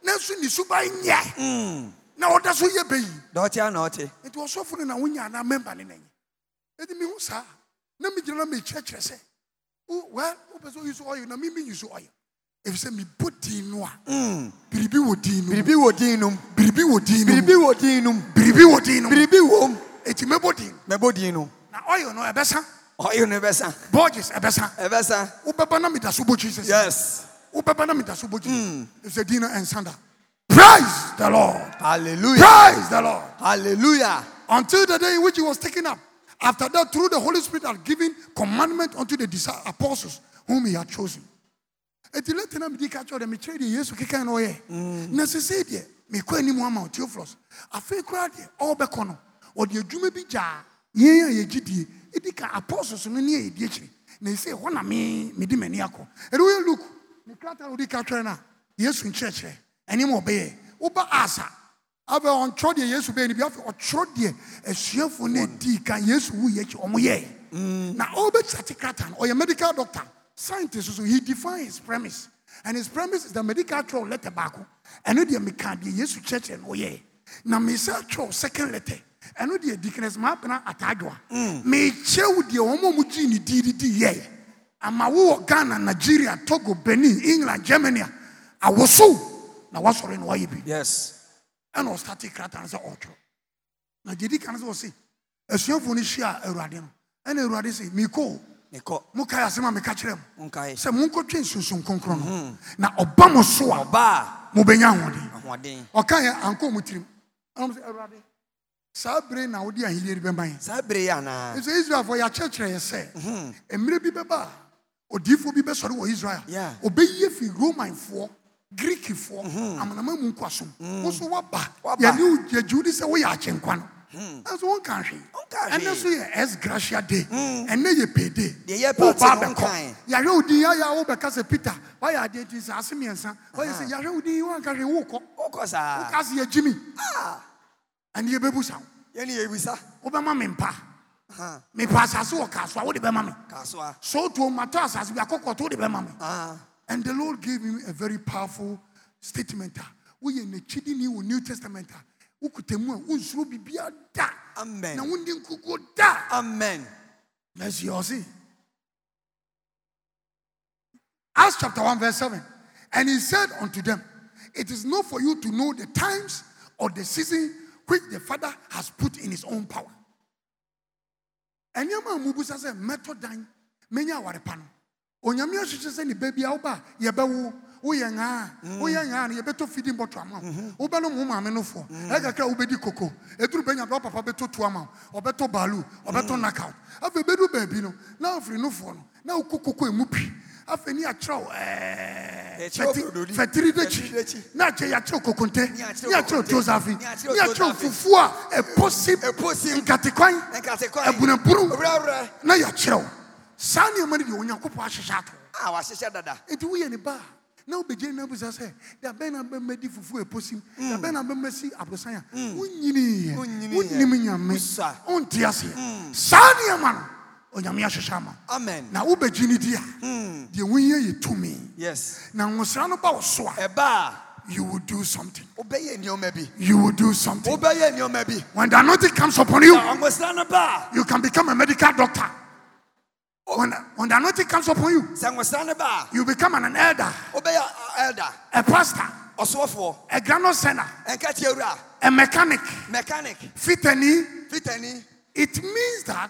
Speaker 1: nanso ne suba nyɛ na ɔda so yɛ bɛyi
Speaker 2: dɔɔte a na ɔte
Speaker 1: nti ɔsɔfo no na wonya anaa memba ne nanyi ɛti mehu saa na megyina na mekyerɛkyerɛ sɛ wo- well wopɛ sɛ ɔyi so oil na memeyi so oil ɛfiri sɛ mebɔ din no a biribi wɔ din no mu.
Speaker 3: Biribi wɔ din nom.
Speaker 1: Mm. biribi wɔ din no mu.
Speaker 3: Biribi wɔ din nom.
Speaker 1: biribi wɔ din no mu.
Speaker 3: Biribi wɔ mu.
Speaker 1: ɛti mɛbɔ din no.
Speaker 3: Mɛbɔ din nom.
Speaker 1: na oil no ɛbɛsa
Speaker 2: ɔyo no bɛsa
Speaker 1: borges
Speaker 2: E
Speaker 1: ɛbɛsa
Speaker 2: ɛbɛsa
Speaker 1: wobɛba na meda so bɔ jesus
Speaker 2: yes
Speaker 1: wobɛba na meda so bɔ jesus ɛfiri sɛ din no ɛnsa da praise the lord
Speaker 3: Hallelujah.
Speaker 1: praise the lord
Speaker 3: Hallelujah.
Speaker 1: until the day in which he was taken up. After that, through the Holy Spirit, are given commandment unto the disci- apostles whom he had chosen. Eti leti na midi kacho de mitre de Yesu kika no ye. Na sese de me kwa ni muama Theophilus. Afi kwa de all be kono. O de adwuma bi gya. Ye ya ye gidie. Edi ka apostles no ne ye die chiri. Na se ho na me me di mani akọ. Ere we look. Me krata odi kacho na. Yesu nchechre. Ani mo be ye. Uba asa abɛ ɔntwerɛ deɛ yesu bɛyɛ no bi afei ɔtwerɛ deɛ asuafoɔ no adii kan yesu wu yɛ akyi ɔmo yɛe na ɔbɛkyate krata no ɔyɛ medical doctor scientist so he define his premise and his premise is the medical twerɛ letter baako ɛno deɛ meka deɛ yesu kyerɛkyerɛ no ɔyɛe na mesa twerɛ second letter ɛno deɛ dikines maapena ataadwoa mekyerɛ wo deɛ ɔma mu gyii ne diiri di yɛe ama wowɔ ghana nigeria togo benin england germany a awosow na woasɔre no woayɛ bi
Speaker 2: yes
Speaker 1: ɛna ɔstate krataa no sɛ ɔtwerɛ na gyedi ka no sɛ ɔse asuafoɔ no hyia awurade no ɛna awurade se mekoo
Speaker 2: mekɔ
Speaker 1: mokae asɛm a meka kyerɛ mo
Speaker 2: nkae
Speaker 1: sɛ monkɔtwe nsonsom kronkron no na ɔba mo so a
Speaker 2: ɔbaa
Speaker 1: mobɛnya ahoɔden
Speaker 2: ahoɔden
Speaker 1: ɔkaeɛ ankɔ mu tirim ɛnom sɛ awurade saa bere na wode ahenniɛ no bɛma yɛ
Speaker 2: saa bere yi anaa
Speaker 1: ɛsɛ israelfoɔ yɛakyerɛkyerɛ yɛ
Speaker 2: Mm-hmm.
Speaker 1: sɛ mmerɛ bi bɛba a odiifoɔ bi bɛsɔre wɔ israel
Speaker 2: Yeah.
Speaker 1: ɔbɛyie firi romanfoɔ greek foɔ
Speaker 2: Mm-hmm.
Speaker 1: amanama mu nkoasom
Speaker 2: Mm.
Speaker 1: wo so woaba
Speaker 2: Woaba.
Speaker 1: yɛne yɛgyew de sɛ woyɛ akyenkwa no nanso wonka hwee
Speaker 2: Wonka Mm. hwee. Mm.
Speaker 1: ɛnɛ so yɛ s gratia day ɛnɛ yɛ payday
Speaker 2: Deɛ yɛpɛ
Speaker 1: Woba
Speaker 2: ate
Speaker 1: abɛkɔ.
Speaker 2: no, wonkae.
Speaker 1: yàhwɛ òdin ayé a wòbɛka sɛ peter wáyà adé ti sɛ ase mmiɛnsa wáyà sɛ yàhwɛ òdin wọn kàhwɛ wòkɔ
Speaker 2: wokɔ saa
Speaker 1: wòka sɛ yɛ jimmy
Speaker 2: Ah.
Speaker 1: ɛni yɛ bɛ busa
Speaker 2: yɛne yɛwisa
Speaker 1: wòbɛma mi mpa mipa asase wɔ kaaso a wòde bɛma mi
Speaker 2: kasoa
Speaker 1: sootuo mata asase bi akɔkɔtɔ wòde bɛma mi
Speaker 2: Ah.
Speaker 1: and the lord gave him a very powerful statement a wòye n'ekyidi ni wò new testament a wòkuta mu a wònsoro bibia da
Speaker 2: Amen.
Speaker 1: na wòndi nkukuo da
Speaker 2: amen
Speaker 1: na esi ɔsi. Acts chapter 1, verse 7. And he said unto them, It is not for you to know the times or the season which the Father has put in his own power. Ɛnneɛma a mubusa sɛ mɛtɔ dan menya awarepa no onyame ahyehyɛ sɛ ne ba bia woba a, yɛbɛwo woyɛ ŋaa a, woyɛ ŋaa no yɛbɛtɔ fidi mbɔto ama wo wobɛnom wo maame no foɔ ɛkakra wobɛdi koko ɛduru bɛnya bɛ wopapa bɛtɔ tu ama wo ɔbɛtɔ baalu ɔbɛtɔ knockout afei bɛduru baabi no na afiri no foɔ no na wokɔ koko ɛmu pi afei ne yɛakyerɛw ɛɛ
Speaker 2: Yɛkyerɛw brodoli.
Speaker 1: fɛtiri
Speaker 2: Fɛtiri dakyi.
Speaker 1: dakyi na akyɛ yɛakyerɛw kokonte
Speaker 2: Ne
Speaker 1: ne
Speaker 2: yɛakyerɛw
Speaker 1: yɛakyerɛw
Speaker 2: kokonte.
Speaker 1: tozafi
Speaker 2: Ne
Speaker 1: ne
Speaker 2: yɛakyerɛw
Speaker 1: yɛakyerɛw
Speaker 2: tozafe.
Speaker 1: fufuo a ɛposim
Speaker 2: Ɛposim.
Speaker 1: nkatekwan
Speaker 2: Nkatekwan.
Speaker 1: abunabunu
Speaker 2: Wrɛwrɛ.
Speaker 1: na yɛakyerɛw saa nneɛma no deɛ onyankopɔn ahyehyɛ ato
Speaker 2: a wahyehyɛ Ah, dada
Speaker 1: nti woyɛ ne ba a na wobɛgye no abusa sɛ da bɛn na bɛmadi fufuo a ɛposim da bɛn na bɛmasi aborosan a wonyiniiɛ
Speaker 2: Wonyiniiɛ.
Speaker 1: wonim nyame
Speaker 2: Wosua.
Speaker 1: wonte aseɛ saa nneɛma no onyame ahyehyɛ ama wo.
Speaker 2: amen
Speaker 1: na wobɛgye no di a deɛ woyɛ yɛ tumi
Speaker 2: yes
Speaker 1: na nwosra no ba wo so a
Speaker 2: ɛba a
Speaker 1: you will do something
Speaker 2: wobɛyɛ nneɔma bi
Speaker 1: you will do something
Speaker 2: wobɛyɛ nneɔma bi
Speaker 1: when the anointing comes upon you
Speaker 2: ɔngosra no ba
Speaker 1: you can become a medical doctor when, when the anointing comes upon you
Speaker 2: a sɛ ngosra no ba
Speaker 1: you become an elder,
Speaker 2: a wobɛyɛ a- elda
Speaker 1: a pastor,
Speaker 2: ɔsoɔfoɔ
Speaker 1: a granular center,
Speaker 2: ɛnka tie wura
Speaker 1: a mechanic,
Speaker 2: mechanic
Speaker 1: fit any.
Speaker 2: fitani
Speaker 1: It means that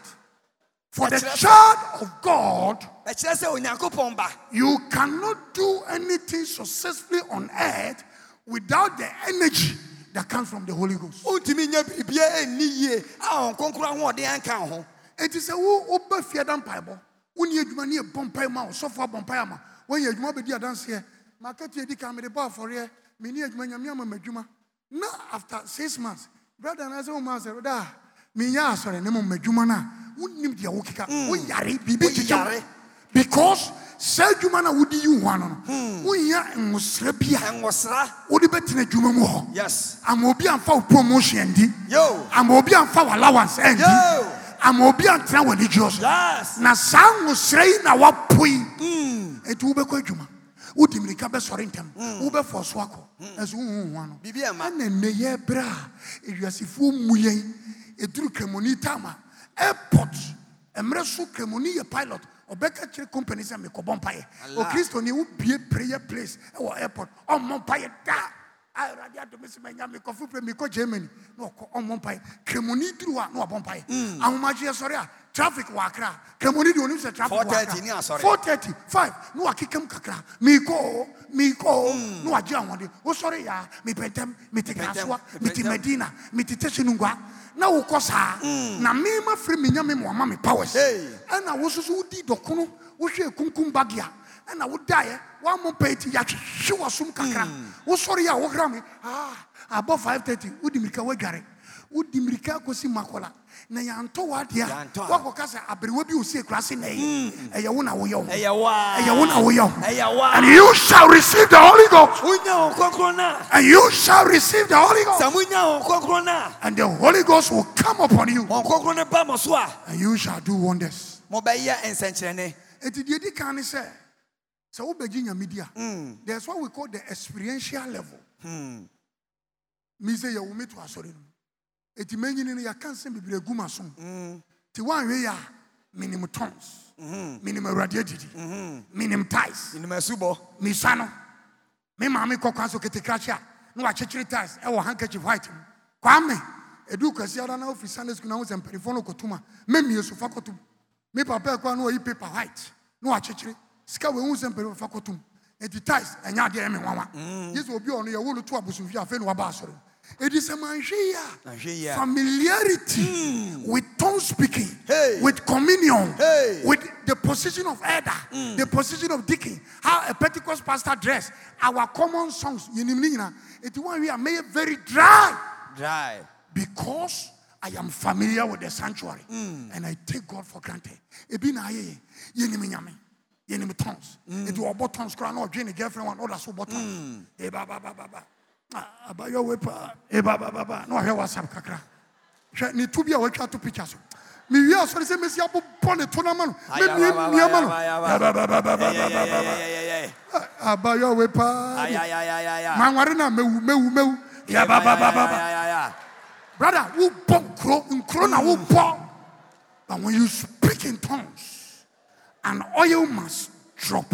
Speaker 1: for the
Speaker 2: Ɛkyerɛ sɛ-
Speaker 1: child of God,
Speaker 2: ɛkyerɛ sɛ onyankopɔn ba
Speaker 1: you cannot do anything successfully on earth without the energy that comes from the Holy Ghost.
Speaker 2: wontumi nya biribia ɛnni yie a ɔnkonkora hoɔden anka wo ho
Speaker 1: It is a who over fear than Bible. When you do near Bompayma or Sofa Bompayma, when you might be a dance here, market you can be the bar for here, many as many yamma meduma. Now, after six months, brother and I said, Master, da, Minya, sorry, Nemo medumana, wouldn't need your wokika, oh yari,
Speaker 2: Hmm. Wo yare.
Speaker 1: bibi, because. saa adwuma no a wode yi wo ho ano no
Speaker 2: Hmm.
Speaker 1: wonya nwosra bi a
Speaker 2: ɛngosra
Speaker 1: wode bɛtena adwuma mu hɔ
Speaker 2: yes
Speaker 1: ama obi amfa wo promotion andi
Speaker 2: Yo.
Speaker 1: ama obi amfa wo allowance
Speaker 2: Yo.
Speaker 1: andi ama obi antena wo anigyeɛ so
Speaker 2: yes
Speaker 1: na saa nwosra yi na wapoe ɛnti wobɛkɔ Mm. adwuma wode mmirika bɛsɔre ntɛm wobɛfɔ so akɔ ɛso wohu ho ano
Speaker 2: Mm. Biribi ɛmma.
Speaker 1: ɛna nnɛ yɛ berɛ a awiasefoɔ mu yɛn ɛduru kramoni tam a airport mmerɛ so kramoni yɛ pilot ɔbɛka kyerɛ company sɛ mekɔbɔ mpayɛ
Speaker 2: Allah.
Speaker 1: okristoni wobie prayer place ɛwɔ airport ɔmmɔ mpayɛ da awurade adome sɛ manya mekɔfo prɛ mekɔ germany na ɔkɔ ɔmmɔ mpaeɛ kramoni duru hɔ a na wɔbɔ mpaeɛ
Speaker 2: Mm.
Speaker 1: ahomagyeɛ sɔre a traffic wɔ akra kramoni de onim sɛ traffic
Speaker 2: 4:30 ne asɔre.
Speaker 1: 430 5 na wakekam kakra mekɔo mekɔo na wagye ahɔde wosɔre yɛa mepɛntɛm mete
Speaker 2: Mepɛntɛm,
Speaker 1: kasoa mete
Speaker 2: mepɛntɛm.
Speaker 1: madina mete tɛhye no ngua na wokɔ saa ah, na mema firi menya me moama me powers
Speaker 2: Hey.
Speaker 1: ɛna wo so so wodi dɔkono wohwɛ kunkum bage a ɛna wodaeɛ woamɔ pɛ ti yɛahwehwe wasom kakra Oh, wosɔre yɛ a wohra me ah, abɔ 530 wodi mirika woadware wodi mirika akɔsi makɔla na yɛantɔ wadeɛ a
Speaker 2: Yɛantɔ a-
Speaker 1: woakɔka sɛ aberewa bi osie kura se nɛyi ɛyɛ wo na woyɛ wo
Speaker 2: Hmm. ɛyɛ wa
Speaker 1: ɛyɛ wo na woyɛ wo
Speaker 2: ɛyɛ wa
Speaker 1: and you shall receive the holy ghost
Speaker 2: wonya wɔn kronkron no a
Speaker 1: and you shall receive the holy ghost
Speaker 2: sɛ monya wɔn kronkron no a
Speaker 1: and the holy ghost will come upon you
Speaker 2: wɔn kronkron no ba mo so a
Speaker 1: and you shall do wonders
Speaker 2: mobɛyɛ nsɛnkyerɛnne
Speaker 1: Eti deɛ di kan ne sɛ sɛ wobɛgye nyame di
Speaker 2: Hmm.
Speaker 1: a there's what we call the experiential level me sɛ yɛwo me to asɔre no ɛti manyini no yɛka nsɛm bebree gu ma so
Speaker 2: Hmm.
Speaker 1: nti woanwe yɛ a menim tons menim awurade
Speaker 2: Hmm.
Speaker 1: adidi menim tis
Speaker 2: nimasubɔ
Speaker 1: misa no me maame kɔ kwan so ketekra kye a na wakyekyere tis ɛwɔ handkerchief white mu kwaa me ɛduu kwasi ara na wofiri sunday school na wo sɛ mpanifoɔ no kɔtom a mɛmie so fa kɔtom me papa ɛkɔa na wayi paper white na wakyekyere sika wɔhu sɛ mpanifoɔ fa kɔtom ɛnti tis ɛnyɛ adeɛ ɛme nwanwa gye sɛ obi a ɔno yɛwo no to abosomfie a afei na waba asɔre no ɛdi sɛ manhwɛ yi
Speaker 2: Manhwɛ yi
Speaker 1: a Mm.
Speaker 2: a.
Speaker 1: familiarity with tons tongue speaking,
Speaker 2: Hey.
Speaker 1: with communion,
Speaker 2: Hey.
Speaker 1: with the position of elder, the position of deacon, how a Pentecost pastor dress, our common songs, you know, you know, it one we are made very dry
Speaker 2: dry.
Speaker 1: because I am familiar with the sanctuary and I take God for granted. Ebi na ayɛ yɛ, yɛnim Nyame, yɛnim tongues. Nti wɔbɔ tongues koraa na ɔdwe ne girlfriend wa na ɔda so bɔ tongues. Eh, ba, ba, ba, ba, ba. Ah, abayɔ wei paa. Eh, ba, ba, ba, ba. na ɔhwɛ WhatsApp kakra. Hwɛ, ne tu bi a watwa to picture so. Mewie asɔre sɛ mesi abobɔ ne to no ama no.
Speaker 2: Ayaba,
Speaker 1: Memie
Speaker 2: ayaba,
Speaker 1: mmia ma no.
Speaker 2: ayaba,
Speaker 1: Eh, ba, ba, ba, ba, ba,
Speaker 2: Yeah,
Speaker 1: ba,
Speaker 2: yeah,
Speaker 1: ba,
Speaker 2: yeah,
Speaker 1: ba.
Speaker 2: yeah, yeah, yeah, yeah.
Speaker 1: Ah, abayɔ wei paa.
Speaker 2: Ay, ay, ay, ay, ay, ay.
Speaker 1: Manware no a mɛwu, mɛwu, mɛwu. Eh,
Speaker 2: Yeah,
Speaker 1: ba,
Speaker 2: yeah,
Speaker 1: ba, ba,
Speaker 2: yeah,
Speaker 1: ba, ba.
Speaker 2: yeah, yeah, yeah.
Speaker 1: Brother, who bought grow in Corona, who bought. But when you speak in tongues, an oil must drop.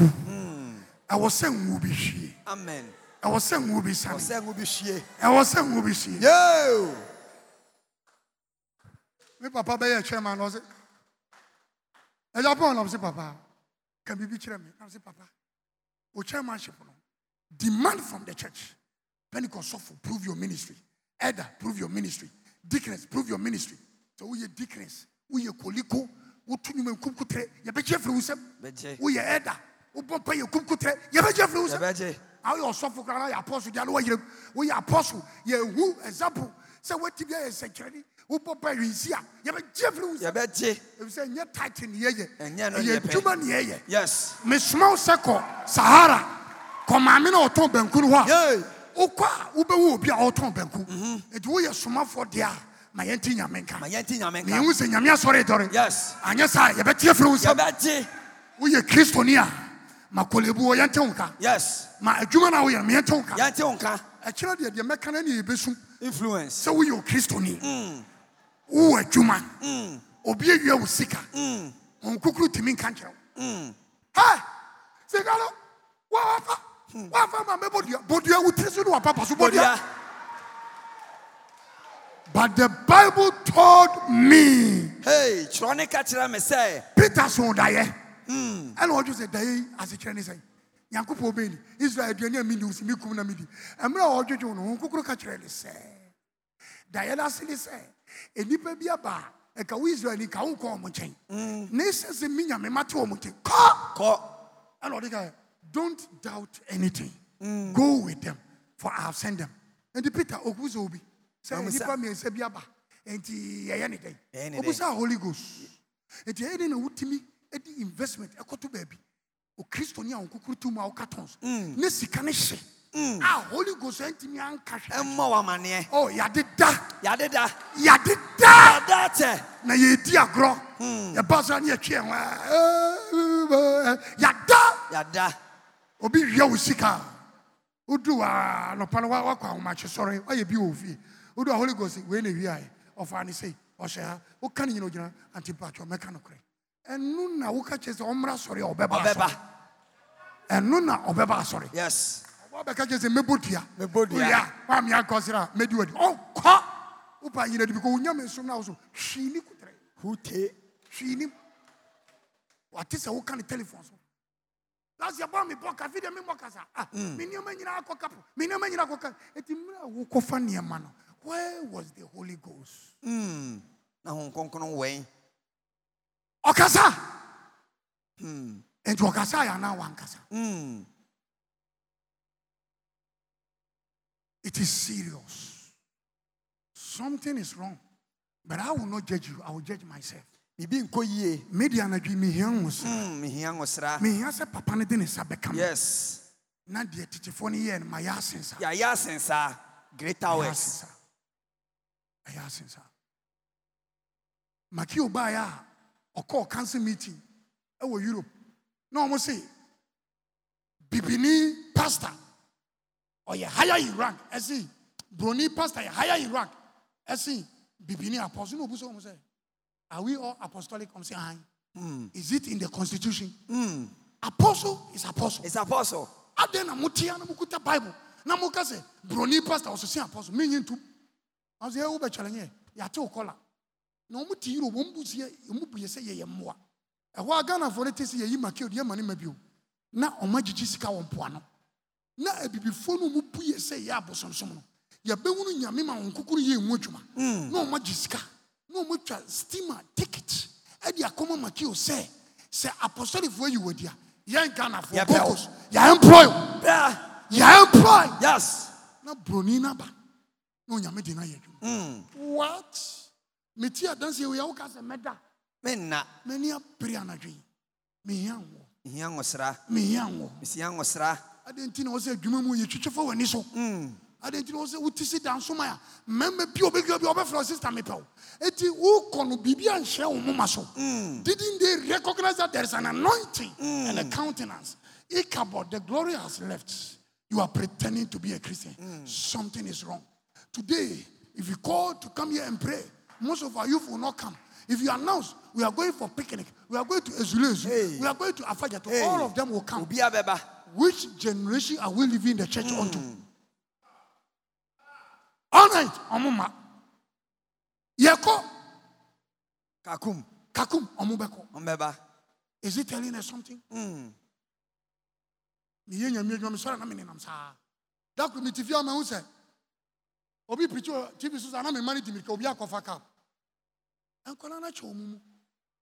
Speaker 1: I was saying, will be she.
Speaker 2: Amen.
Speaker 1: I was saying, will be sunny.
Speaker 2: Ɔsɛ ngo bi hwie.
Speaker 1: I was saying, will be she.
Speaker 2: Yo!
Speaker 1: Me papa be a chairman, was it? A Japan, I'm say, Papa. Can be chairman. I'm say, Papa. O chairmanship, no. demand from the church. Pentecost suffer, prove your ministry. Elder, prove your ministry. Deaconess, prove your ministry. So, we are deaconess, we are colico, we tune you in Kumkutre, you bet Jeffrey Usem,
Speaker 2: Bɛgye.
Speaker 1: we are elder, we bump your Kumkutre, you bet Jeffrey Usem.
Speaker 2: Yɛbɛgye.
Speaker 1: How your suffer, cry, apostle, the other way, we are apostle, you who example. So, what you are security, we bump your Isia, you bet Jeffrey Usem.
Speaker 2: Yɛbɛgye.
Speaker 1: If you say, you're titan, yeah,
Speaker 2: Ɛnyɛ no
Speaker 1: yeah,
Speaker 2: na
Speaker 1: you're
Speaker 2: yɛpɛ.
Speaker 1: human, yeah, yeah
Speaker 2: Yes.
Speaker 1: mesoma wo sɛ kɔ sahara kɔ maame na ɔtɔn banku no hɔ
Speaker 2: Yay.
Speaker 1: a wokɔ a wobɛwo obi a ɔtɔn banku nti woyɛ somafoɔ deɛ a ma yɛnte nyame
Speaker 2: Mm-hmm. Ma
Speaker 1: nka
Speaker 2: yɛnti nyame nka.
Speaker 1: mehu sɛ nyame asɔre dɔre
Speaker 2: Yes.
Speaker 1: anyɛ saa yɛbɛteɛ firi wo nsɛm
Speaker 2: Yɛbɛgye.
Speaker 1: woyɛ kristoni a ma kɔlebuɔ yɛnte wo nka
Speaker 2: Yes.
Speaker 1: ma adwuma no a woyɛ no meyɛnte wo nka
Speaker 2: Yɛnti wo nka.
Speaker 1: ɛkyerɛ deɛ deɛ mɛka no ne yɛbɛsu
Speaker 2: Influence.
Speaker 1: sɛ woyɛ okristoni wowɔ adwuma obi awia wo sika ɔnkokuru tumi nka nkyerɛ wo Hey, sika no woafa woafa ma mɛ bodua bodua wo tiri so ne wapapa so bodua
Speaker 2: Bodua.
Speaker 1: but the bible told me
Speaker 2: Hey, kyerɛ ne ka kyerɛ me sɛ
Speaker 1: peter so daeɛ ɛna ɔdwo sɛ daeɛ yi asekyerɛ ne sɛn nyankopɔn bɛi ni israel aduane a meni wo sɛ mekum na medi ɛmerɛ a ɔdwodwo no ho kokoro ka kyerɛ ne sɛ daeɛ no ase ne sɛ ɛnipa bi aba a ɛka wo israelni ka wonkɔ ɔ mo nkyɛn na ɛsɛ sɛ me nyame mate ɔ mo nkyɛn kɔ
Speaker 2: kɔ.
Speaker 1: ɛna ɔde ka don't doubt anything go with them for i have sent them nti peter ɔkum sɛ obi sɛ
Speaker 2: Ɔmmisa.
Speaker 1: nnipa mmiɛnsa bi aba enti yɛyɛ ne dɛn
Speaker 2: Ɛyɛ ne dɛn?
Speaker 1: ɔbusa holy ghost nti ɛyɛ dɛn na wotumi di investment ɛkɔto baabi okristoni a ɔnkokoro tu mu a woka tons ne sika ne hye a holy ghost antumi anka hwɛ
Speaker 2: Ɛmmɔ wo amaneɛ.
Speaker 1: oh yɛade da
Speaker 2: Yɛadeda.
Speaker 1: yɛade da
Speaker 2: Yɛada tɛ.
Speaker 1: na yɛdi agorɔ yɛba so a ne yɛtwe yɛn eh, ho a, yɛada
Speaker 2: Yɛada.
Speaker 1: obi wia wo sika a, wodu a anɔpa no wa- wakɔ ahomakye sɔre wayɛ bi wɔ wo fie wodu a holy ghost wei ne wiaɛ ɔfaa ne sei ɔhyɛ ha woka ne nyina ogyina antipakyɛ ɔmɛka nokorɛ ɛno na woka kyerɛ sɛ ɔmmra sɔre a ɔbɛba asɔre.
Speaker 2: Ɔbɛba.
Speaker 1: ɛno na ɔbɛba asɔre
Speaker 2: Yes.
Speaker 1: wabɛka kyerɛ sɛ mɛbɔ dua
Speaker 2: Mɛbɔ dua.
Speaker 1: Woyɛ a, woammea nkɔ serɛ a mɛdi wadi ɔnkɔ wopa nyina di bi kɔ wonya me nsom no a wo so hwii ne kotrɛ
Speaker 2: Hute.
Speaker 1: hwii nim wate sɛ woka ne telephone so last year bɔ me bɔ kafi de me bɔ kasa ah me nneɛma nyinaa kɔ kapo me nneɛma nyinaa kɔ kapo eti mmerɛ a wokɔfa nneɛma no where was the holy ghost
Speaker 2: Hmm. Na ho nkonkron wɛn.
Speaker 1: ɔkasa nti ɔkasa yɛ anaa wankasa
Speaker 2: Mm.
Speaker 1: it is serious something is wrong but i will not judge you i will judge myself
Speaker 2: Bibi nkɔ yie.
Speaker 1: media anadwo mehia wo sɛ
Speaker 2: Mm, mehia wo sra.
Speaker 1: mehia sɛ papa no de ne sa bɛka me
Speaker 2: Yes.
Speaker 1: na deɛ tetefoɔ no yɛɛ no ma yɛ asensa
Speaker 2: Yɛayɛ asensa. Greater
Speaker 1: Ɛyɛ
Speaker 2: works.
Speaker 1: asensa. Ɛyɛ asensa. Makio baeɛ a ɔkɔɔ council meeting ɛwɔ Europe na ɔmo se bibini pastor ɔyɛ higher in rank ɛsi broni pastor yɛ higher in rank ɛsi bibini apostle na obuso ɔmo sɛ are we all apostolic ɔmo sɛ ahan is it in the constitution apostle is apostle
Speaker 2: It's apostle.
Speaker 1: adɛn na motea na mokuta bible na moka sɛ broni pastor ɔsese apɔso menye ntom ɔsɛ ɛ wobɛkyɛlenyɛ yɛate wo kɔla na ɔmo te yiro wɔm busiɛ ɔmo buyɛ sɛ yɛyɛ mmoa ɛhɔ a ghanafoɔ no te sɛ yɛyi makeo deɛ ma ne ma bio na ɔma gyigyi sika wɔ mpoano na abibifoɔ no mu
Speaker 2: Mm.
Speaker 1: buyɛ sɛ yɛ abosonsom no yɛbɛhunu nyame ma wo nkokoro yɛ nwu adwuma na ɔma gye sika na ɔmotwa steamer ticket ɛde akɔma makio sɛ sɛ apɔsɔrefoɔ yi wɔ di a yɛn ghanafoɔ
Speaker 2: Yɛpɛ wo.
Speaker 1: bokos yɛemploy
Speaker 2: bra
Speaker 1: yɛemploy
Speaker 2: yes
Speaker 1: na broni no aba na onyame de no ayɛ adwuma what meti adanseɛ wei a woka sɛ mɛda
Speaker 2: menna
Speaker 1: m'ani apere anadwen mehia nwɔ
Speaker 2: mehia nwosra
Speaker 1: mehia nwɔ
Speaker 2: mesia nwosra
Speaker 1: adɛn nti na wɔ sɛ adwuma mu yɛtwitwe fa w'ani so
Speaker 2: Hmm.
Speaker 1: adɛn nti na wɔ sɛ wote si da nsoma a mɛma bi a wobɛdwa bi a wobɛfrɛ wo sister mepɛ wo enti wokɔ no biribi anhyɛ wo moma so
Speaker 2: Hmm.
Speaker 1: didn't they recognize that there is an anointing and a countenance Ichabod, the glory has left you are pretending to be a christian
Speaker 2: Hmm.
Speaker 1: something is wrong today if you call to come here and pray most of our youth will not come if you announce we are going for picnic we are going to Ezulezu,
Speaker 2: Hey.
Speaker 1: we are going to afajato all of them will come
Speaker 2: obia bɛba
Speaker 1: which generation are we living the church unto? All right, Omuma. Yeko,
Speaker 2: kakum
Speaker 1: Kakum, Omubeko.
Speaker 2: ɔmbɛba
Speaker 1: Is it telling us something? Meyɛ Nyame adwuma, mesɔre na menenam saa. Da koro mete fie a, mahu sɛ, obi preach wɔ TV so saa na mema no di mirika, obi akɔfa cup. Nkwadaa no akyɛ wɔn mu.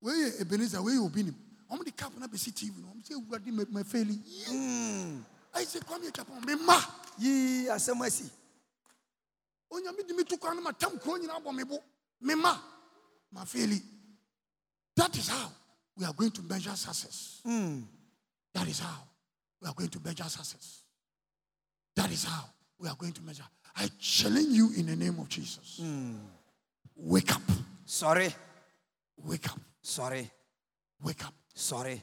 Speaker 1: Wei yɛ Ebenezer, wei yɛ obi nim. Wɔn de cup no abɛsi TV no, wɔn sɛ, "Awurade, ma- mafeli." Ayi sɛ, "Kwame Nkrumah, me mma."
Speaker 2: yii asɛm asi
Speaker 1: onyame de me tu kwan no matam kuro nyinaa bɔ me bo me ma mafeli that is how we are going to measure success that is how we are going to measure success that is how we are going to measure i challenge you in the name of jesus wake up
Speaker 2: sɔre
Speaker 1: wake up
Speaker 2: sɔre
Speaker 1: wake up
Speaker 2: sɔre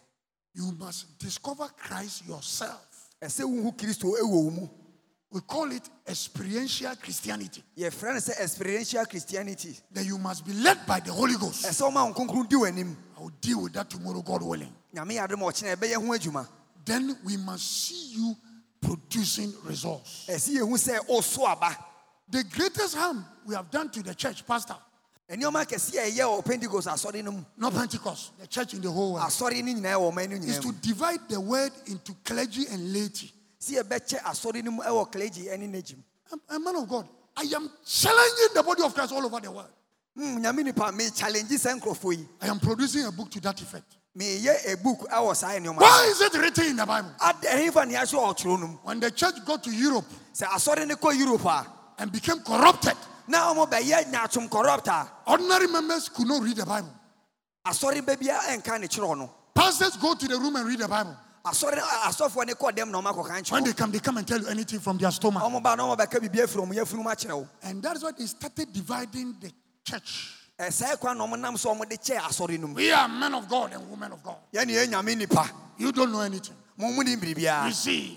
Speaker 1: you must discover christ yourself
Speaker 2: ɛsɛ wohu kristo ɛwɔ wo mu
Speaker 1: we call it experiential christianity
Speaker 2: yɛfrɛ no sɛ experiential christianity
Speaker 1: that you must be led by the holy ghost
Speaker 2: ɛsɛ woma wo nkonkron di w'anim
Speaker 1: i will deal with that tomorrow god willing
Speaker 2: nyame yɛ adom a ɔkyena ɛbɛyɛ ho adwuma
Speaker 1: then we must see you producing results.
Speaker 2: ɛsɛ yɛhu sɛ woso aba
Speaker 1: The greatest harm we have done to the church, Pastor,
Speaker 2: ɛnneɔma kɛseɛ a ɛyɛ wɔ pentecost asɔre no mu
Speaker 1: not Pentecost, the church in the whole world,
Speaker 2: asɔre no nyinaa wɔ ɔma no
Speaker 1: is to
Speaker 2: nyinaa
Speaker 1: divide the word into clergy and laity.
Speaker 2: sɛ yɛbɛkyɛ asɔre no mu ɛwɔ klagi ne nagyim
Speaker 1: I'm a man of God. I am challenging the body of Christ all over the world.
Speaker 2: nyame Hmm, nipa mechallenge sɛ nkurɔfoɔ yi
Speaker 1: I am producing a book to that effect.
Speaker 2: meyɛ a book ɛwɔ saa nneɔma
Speaker 1: Why is it written in the Bible?
Speaker 2: ɛhefa nea so ɔkyerɛ no mu
Speaker 1: When the church got to Europe
Speaker 2: sɛ asɔre no kɔ europe a
Speaker 1: and became corrupted,
Speaker 2: na ɔmo bɛyɛ nyatom corrupt a
Speaker 1: ordinary members could not read the Bible.
Speaker 2: asɔre bɛbia ɛnka ne kyerɛ no
Speaker 1: Pastors go to the room and read the Bible.
Speaker 2: asɔre asɔfoɔ ne kɔ dɛm na ɔma kɔka
Speaker 1: When
Speaker 2: nkyerɛ
Speaker 1: they come, they come and tell you anything from their stomach.
Speaker 2: ɔmo ba na ɔmo bɛka biribi afiri ɔmo yɛfunu mu akyerɛ wo
Speaker 1: And that's why they started dividing the church.
Speaker 2: ɛsɛɛ kwan na ɔmo nam so ɔmo de kyɛɛ asɔre no mu
Speaker 1: We are men of God and women of God.
Speaker 2: yɛne yɛ nyame nipa
Speaker 1: You don't know anything.
Speaker 2: mo mu ne biribiara
Speaker 1: Receive.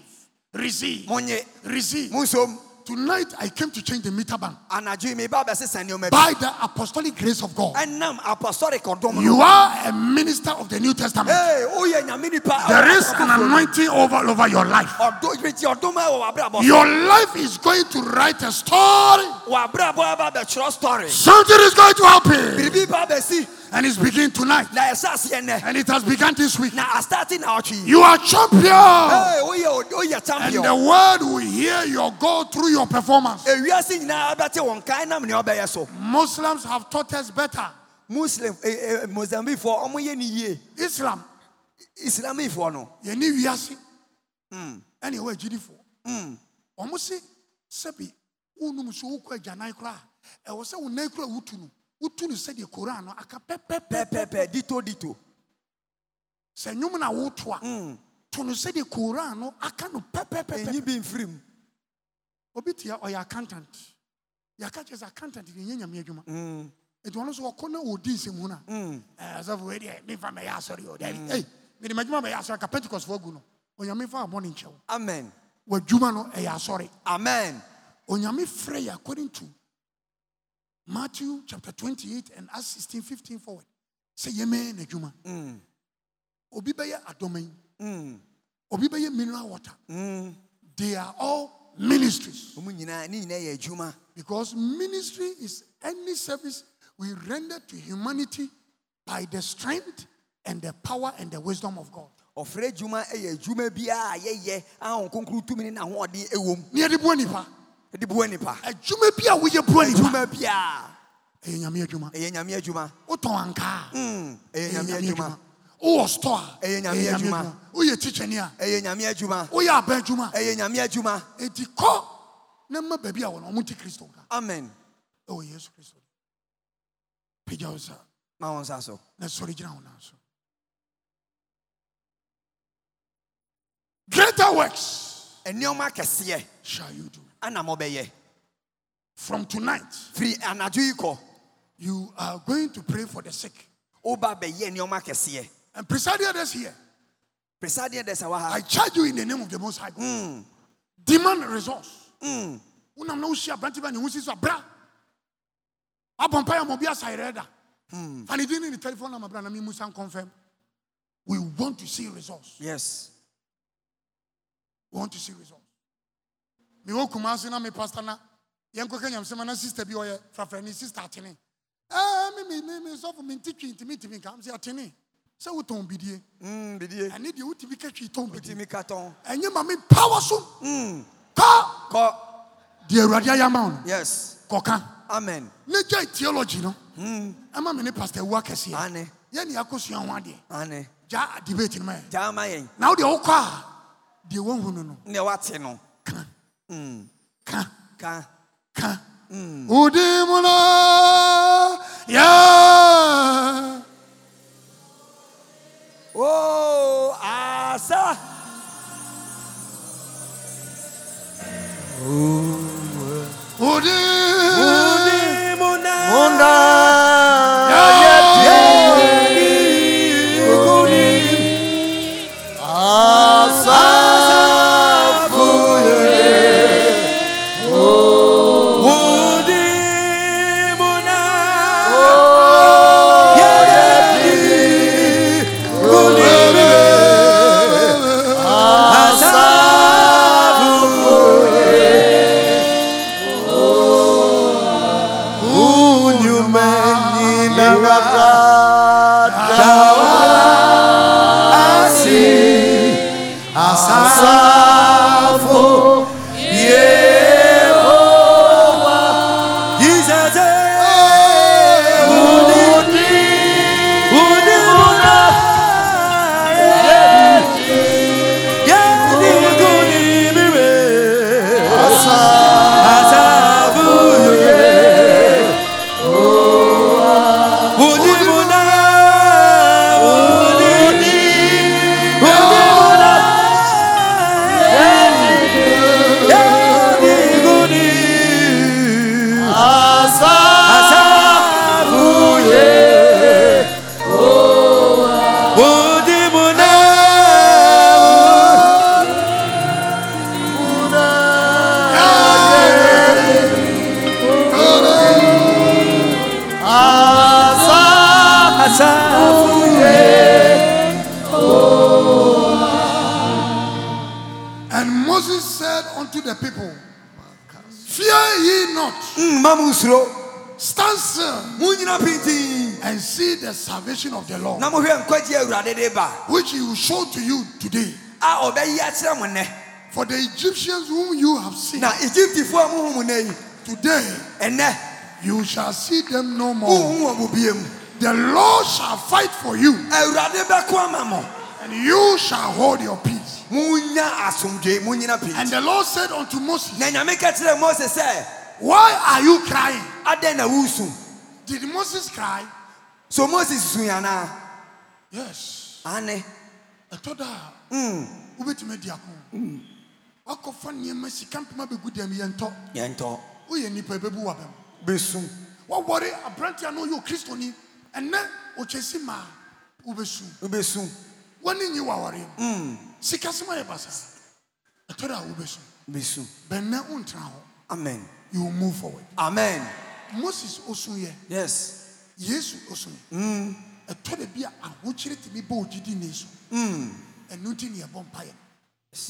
Speaker 1: Receive.
Speaker 2: monye
Speaker 1: Receive.
Speaker 2: mo nsom
Speaker 1: Tonight I came to change the meter bank
Speaker 2: anadwo yi meba bɛsesa nneɔma bi
Speaker 1: by the apostolic grace of God.
Speaker 2: ɛnam apostolic ɔdom no
Speaker 1: You are a minister of the New Testament.
Speaker 2: Hey, woyɛ nyame nipa
Speaker 1: There is an anointing over, over your life.
Speaker 2: ɔdɔ bɛti ɔdom a ɛwɔ w'abrabɔ
Speaker 1: Your life is going to write a story.
Speaker 2: w'abrabɔ aba bɛkyerɛ story
Speaker 1: Something is going to happen.
Speaker 2: biribi ba bɛsi
Speaker 1: And it's beginning tonight.
Speaker 2: na ɛsɛ aseɛ nɛ
Speaker 1: And it has begun this week.
Speaker 2: na asate na ɔtwe yi
Speaker 1: You are champion.
Speaker 2: Hey, woyɛ woyɛ
Speaker 1: And
Speaker 2: champion
Speaker 1: the word will hear your God through your performance.
Speaker 2: ewiase nyinaa bɛte wɔn kan nam nea ɔbɛyɛ so
Speaker 1: Muslims have taught us better.
Speaker 2: muslim eh, eh, mozambifoɔ ɔmo yɛ ne yie
Speaker 1: Islam,
Speaker 2: islamifoɔ no
Speaker 1: you need wiase. Any way, GD4. Ɔmo se, sɛbi, wonum so wokɔ agyanan koraa a, ɛwɔ sɛ wo nan kora wotu no. Wotu no sɛdeɛ Koran no aka pɛpɛpɛpɛ.
Speaker 2: pɛpɛpɛ dito dito
Speaker 1: Sɛ nnwom na woto a, to no sɛdeɛ Koran no aka no pɛpɛpɛpɛ.
Speaker 2: ɛnyi bi mfirim
Speaker 1: Obi tia ɔyɛ accountant. Yɛaka kyerɛ sɛ accountant deɛ ɛnyɛ Nyame adwuma. Nti ɔno nso ɔkɔ na ɔdi nsɛmhu no a, ɛɛ, ɔsɔfo wei deɛ, memfa mmɛyɛ asɔre o, dabi. Ei, mede m'adwuma bɛyɛ asɔre ka Pentecostfoɔ gu no. Onyame mfa wɔn bɔne nkyɛ wo.
Speaker 2: amen
Speaker 1: w'adwuma no ɛyɛ asɔre
Speaker 2: amen
Speaker 1: onyame frɛ yɛ according to matthew chapter 28 and acts 16 15 forward sɛ yɛmɛyɛ n'adwuma obi bɛyɛ adɔma yi obi bɛyɛ mineral water they are all ministries
Speaker 2: ɔmo nyinaa ne nyinaa yɛ adwuma
Speaker 1: because ministry is any service we render to humanity by the strength and the power and the wisdom of god
Speaker 2: ɔfrɛ adwuma yɛ adwuma biara a yɛyɛ a wɔn konkro tumi ne n'ahoɔden ɛwɔ mu
Speaker 1: ne yɛde boa nipa
Speaker 2: ɛde boa nipa
Speaker 1: adwuma bi a woyɛ boa nipa
Speaker 2: adwuma biara
Speaker 1: ɛyɛ nyame adwuma
Speaker 2: ɛyɛ nyame adwuma
Speaker 1: wotɔn ankaa
Speaker 2: Mm, ɛyɛ nyame adwuma
Speaker 1: wowɔ store a
Speaker 2: Ɛyɛ Nyame adwuma. Eh.
Speaker 1: woyɛ tikyɛni a
Speaker 2: ɛyɛ nyame adwuma
Speaker 1: woyɛ aba adwuma
Speaker 2: ɛyɛ nyame adwuma
Speaker 1: enti kɔ na ma baabi a wɔno ɔmo nti kristo ka
Speaker 2: amen
Speaker 1: ɛwɔ yesu kristo pagya wo sa
Speaker 2: ma wɔn nsa so
Speaker 1: na sɔre gyina wo nan so greater works
Speaker 2: nneɛma kɛseɛ
Speaker 1: shall you do
Speaker 2: ana mɔbɛyɛ
Speaker 1: from tonight
Speaker 2: firi anadwo yi kɔ
Speaker 1: you are going to pray for the sick
Speaker 2: woba bɛyɛ nneɛma kɛseɛ
Speaker 1: and precisely this here
Speaker 2: presadeɛ dɛ sɛ wɔ ha
Speaker 1: I charge you in the name of the Most High. God. Demand resource. Unam na ushi abranti ba nyusi sa bra. Abompa ya mobia sa ireda. And he didn't need the telephone number bra na mi musan confirm. We want to see results.
Speaker 2: yes
Speaker 1: We want to see results. Me wo kumasi na me pastor na yenko kenya msema na sister bi oye frafrani sister atene. Eh me me me me so for me tiki ntimi ntimi kam si atene. Sɛ wotɔn bidie
Speaker 2: Mm, bidie
Speaker 1: ɛne deɛ wotumi ka twi tɔn bidie
Speaker 2: timi katɔn
Speaker 1: ɛnyɛ maame power so ka
Speaker 2: kɔ
Speaker 1: deɛ awurade ayɛ ama wo no
Speaker 2: yes
Speaker 1: kɔka
Speaker 2: amen
Speaker 1: ne gyae theology no ɛma me ne pastor awu akɛseɛ
Speaker 2: ane
Speaker 1: yɛne akɔsua ho adeɛ
Speaker 2: ane
Speaker 1: gya debate no ma ɛ
Speaker 2: gyaa ma yɛn
Speaker 1: na wode wokɔ a deɛ woahu no no
Speaker 2: ne wate no
Speaker 1: ka ka
Speaker 2: ka
Speaker 1: ka wode mu no yɛ
Speaker 2: o Oh, asa
Speaker 1: wode and moses said unto the people fear ye not
Speaker 2: mma mu nsuro
Speaker 1: stand still
Speaker 2: Mm, munyina pintin
Speaker 1: and see the salvation of the Lord,
Speaker 2: na mohwɛ nkwagye awurade de ba
Speaker 1: which He will show to you today.
Speaker 2: a ɔbɛyi akyerɛ mo nnɛ
Speaker 1: For the Egyptians whom you have seen
Speaker 2: na egyptifoɔ a mohu mu nnɛ yi
Speaker 1: today,
Speaker 2: ɛnnɛ
Speaker 1: you shall see them no more.
Speaker 2: wohu wɔ mo bie mu
Speaker 1: The Lord shall fight for you,
Speaker 2: awurade bɛko ama mo
Speaker 1: and you shall hold your peace.
Speaker 2: monya asomdwe munyina pintin
Speaker 1: And the Lord said unto Moses,
Speaker 2: na nyame ka kyerɛ mose sɛ
Speaker 1: Why are you crying?
Speaker 2: adɛn na wosu
Speaker 1: Did Moses cry?
Speaker 2: so mose susu anaa
Speaker 1: Yes.
Speaker 2: ane
Speaker 1: I told her, Ubetime diakon. Wakɔfa nneɛma sika mpema bɛgu deɛ m yɛntɔ
Speaker 2: yɛntɔ
Speaker 1: woyɛ nnipa ɛbɛbu wabɛm
Speaker 2: bɛsu
Speaker 1: wɔwɔre aberanteɛ no ɔyɛ kristoni ɛnɛ ɔkyɛsi maa wobɛsu
Speaker 2: wobɛsu
Speaker 1: w'ani nyi wɔwɔre sika sɛm ayɛ basa ɛtɔ da a wobɛsu
Speaker 2: bɛsu
Speaker 1: bɛnɛ wontena hɔ
Speaker 2: amen
Speaker 1: you will move forward
Speaker 2: amen
Speaker 1: moses ɔsuyɛ
Speaker 2: yes
Speaker 1: yesu ɔsuyɛ
Speaker 3: Mm.
Speaker 1: ɛtɔ da bi a ahokyere tumi bɔ ogyidi ne so
Speaker 3: Mm.
Speaker 1: ɛno nti ne yɛbɔ mpayɛ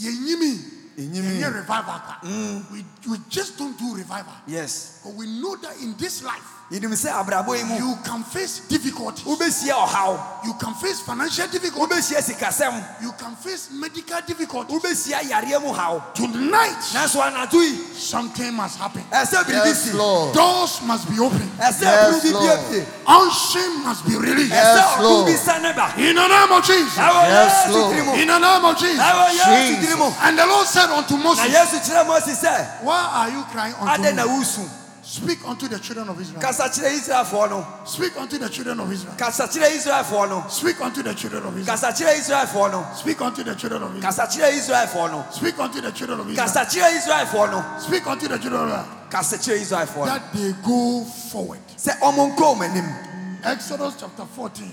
Speaker 1: yɛnyimi
Speaker 2: Yɛnyini.
Speaker 1: yɛnyɛ
Speaker 3: Mm.
Speaker 1: revival kwa we, we just don't do revival
Speaker 2: yes
Speaker 1: but we know that in this life
Speaker 2: yɛnim sɛ abrabɔ yi mu
Speaker 1: You can face difficulties.
Speaker 2: wobɛhyia
Speaker 3: Oh.
Speaker 2: ɔhaw
Speaker 1: You can face financial difficulties.
Speaker 2: wobɛhyia sikasɛm
Speaker 1: You can face medical difficulties.
Speaker 2: wobɛhyia yareɛ mu
Speaker 3: Oh.
Speaker 2: haw
Speaker 1: Tonight,
Speaker 2: nanso anato yi
Speaker 1: something must happen.
Speaker 2: ɛsɛ biribi
Speaker 3: Yes,
Speaker 2: si
Speaker 3: Lord.
Speaker 1: Doors must be opened.
Speaker 2: ɛsɛ
Speaker 3: Yes,
Speaker 2: kuru bi
Speaker 3: Lord.
Speaker 2: biebie
Speaker 1: Unction must be released.
Speaker 2: ɛsɛ
Speaker 3: Yes,
Speaker 2: ɔko
Speaker 3: Lord.
Speaker 2: bi sane ba
Speaker 1: In the name of Jesus.
Speaker 2: ɛwɔ
Speaker 3: Yes,
Speaker 2: yesu
Speaker 3: Lord.
Speaker 2: tiri mu
Speaker 1: In the name of Jesus.
Speaker 2: ɛwɔ yesu tiri mu
Speaker 1: And the Lord said unto
Speaker 2: na
Speaker 1: Moses,
Speaker 2: yesu kyerɛ mose sɛ
Speaker 1: Why are you crying
Speaker 2: adɛn na
Speaker 1: unto me?
Speaker 2: wosu
Speaker 1: Speak unto the children of Israel.
Speaker 2: kasa kyerɛ israelfoɔ no
Speaker 1: Speak unto the children of Israel.
Speaker 2: kasa kyerɛ israelfoɔ no
Speaker 1: Speak unto the children of Israel.
Speaker 2: kasa kyerɛ israelfoɔ no
Speaker 1: Speak unto the children of Israel.
Speaker 2: kasa kyerɛ israelfoɔ no
Speaker 1: Speak unto the children of Israel.
Speaker 2: kasa kyerɛ israelfoɔ no
Speaker 1: Speak unto the children of Israel.
Speaker 2: kasa kyerɛ israelfoɔ no
Speaker 1: That they go forward.
Speaker 2: sɛ ɔmo nkɔ ɔmo anim
Speaker 1: Exodus chapter 14,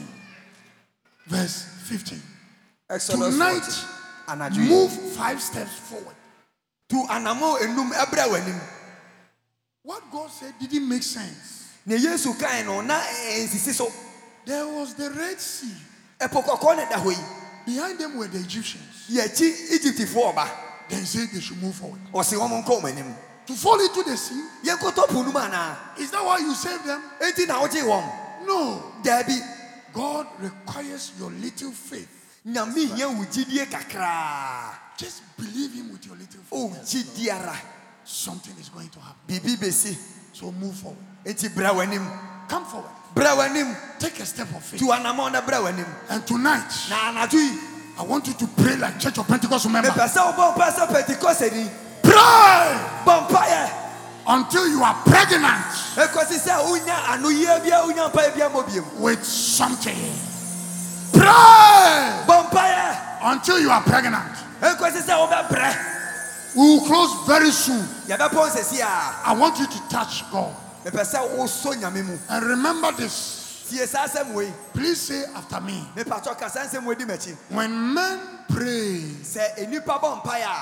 Speaker 1: verse 15.
Speaker 2: Exodus
Speaker 1: Tonight,
Speaker 2: 14, anadwo yi
Speaker 1: move five steps forward.
Speaker 2: tu anamo enum ɛbrɛ wɔ anim
Speaker 1: What God said didn't make sense.
Speaker 2: na yesu kan no na nsisi so
Speaker 1: There was the Red Sea.
Speaker 2: ɛpo kɔkɔɔ na ɛda hɔ yi
Speaker 1: Behind them were the Egyptians.
Speaker 2: yɛkyi egyptifoɔ ɔba
Speaker 1: They said they should move forward.
Speaker 2: ɔsi wɔn nkɔ wɔn anim
Speaker 1: To fall into the sea,
Speaker 2: yɛnkɔtɔ po no mu anaa
Speaker 1: is that why you saved them?
Speaker 2: eti na wogye wɔn
Speaker 1: No.
Speaker 2: daabi
Speaker 1: God requires your little faith.
Speaker 2: nyame hia wo gyidie kakraa
Speaker 1: Just believe Him with your little faith. Oh,
Speaker 2: o gyidie ara
Speaker 1: Something is going to happen.
Speaker 2: biribi besi
Speaker 1: So move forward.
Speaker 2: eti brɛ wɔn anim
Speaker 1: Come forward.
Speaker 2: brɛ wɔn anim
Speaker 1: Take a step of faith.
Speaker 2: tu anamo na brɛ wɔn anim
Speaker 1: And tonight,
Speaker 2: na anadwo yi
Speaker 1: I want you to pray like Church of Pentecost member.
Speaker 2: mepɛ sɛ wobɔ mpɛ sɛ pentecost ni
Speaker 1: Pray
Speaker 2: bɔ mpayɛ
Speaker 1: until you are pregnant
Speaker 2: ɛkɔsi sɛ wonya anoyie bia wonya mpaeɛ bia mmɔ biom
Speaker 1: with something. Pray
Speaker 2: bɔ mpayɛ
Speaker 1: until you are pregnant.
Speaker 2: ɛkɔsi sɛ wobɛbrɛ
Speaker 1: We will close very soon.
Speaker 2: yɛbɛpɔ nsɛsi a
Speaker 1: I want you to touch God.
Speaker 2: mepɛ sɛ wosɔ nyame mu
Speaker 1: And remember this.
Speaker 2: tie saa asɛm wei
Speaker 1: Please say after me.
Speaker 2: mepatɔ kasa nsɛm wadi m'akyi
Speaker 1: When men pray,
Speaker 2: sɛ enipa bɔ mpaeɛ a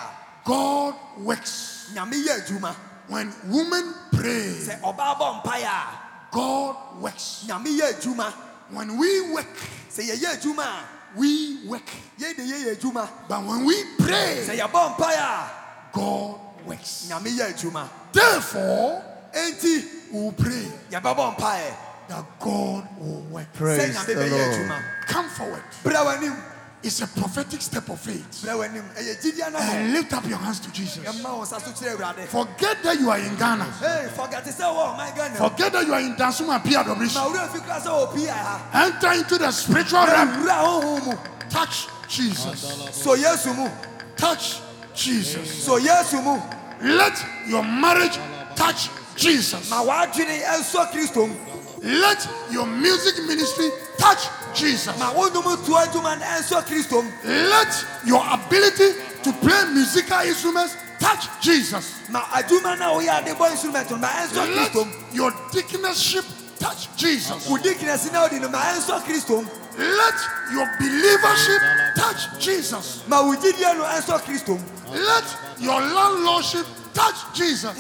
Speaker 1: God works.
Speaker 2: nyame yɛ adwuma
Speaker 1: When women pray,
Speaker 2: sɛ ɔbaa bɔ mpaeɛ a
Speaker 1: God works.
Speaker 2: nyame yɛ adwuma
Speaker 1: When we work,
Speaker 2: sɛ yɛyɛ adwuma a
Speaker 1: we work.
Speaker 2: yɛn de yɛyɛ adwuma
Speaker 1: But when we
Speaker 2: sɛ
Speaker 1: pray,
Speaker 2: yɛbɔ mpae a
Speaker 1: God works.
Speaker 2: nyame yɛ adwuma
Speaker 1: Therefore,
Speaker 2: enti
Speaker 1: we will pray
Speaker 2: yɛbɛbɔ mpae
Speaker 1: that God will work.
Speaker 2: sɛ
Speaker 3: Praise
Speaker 2: nyame
Speaker 3: the
Speaker 2: bɛyɛ adwuma
Speaker 3: Lord.
Speaker 1: Come forward.
Speaker 2: brɛ w'anim
Speaker 1: It's a prophetic step of faith.
Speaker 2: brɛ w'anim ɛyɛ gyidi
Speaker 1: And
Speaker 2: anabɔ
Speaker 1: lift up your hands to Jesus.
Speaker 2: ɛma wo nsa so kyerɛ awurade
Speaker 1: Forget that you are in Ghana.
Speaker 2: Hey, forgɛte sɛ wɔ ɔman ghana
Speaker 1: Forget that you are in Dansuma
Speaker 2: ma
Speaker 1: PRW.
Speaker 2: wura fi kora sɛ wɔ pii ha
Speaker 1: Enter into the spiritual realm.
Speaker 2: wura honhom mu
Speaker 1: Touch Jesus.
Speaker 2: so yesu mu
Speaker 1: Touch Jesus.
Speaker 2: so yesu mu
Speaker 1: Let your marriage touch Jesus.
Speaker 2: ma w'adwene ɛnsɔ kristo mu
Speaker 1: Let your music ministry touch Jesus.
Speaker 2: ma wo nnwom to adwuma no ɛnsɔ kristo mu
Speaker 1: Let your ability to play musical instruments touch Jesus.
Speaker 2: ma adwuma no a woyɛ ade bɔ instrument no ma ɛnsɔ
Speaker 1: Let
Speaker 2: kristo mu
Speaker 1: your deaconship touch Jesus.
Speaker 2: wo dikinasi na wode no ma ɛnsɔ kristo mu
Speaker 1: Let your believership touch Jesus.
Speaker 2: ma wo gyidie no ɛnsɔ kristo mu
Speaker 1: Let your landlordship touch Jesus.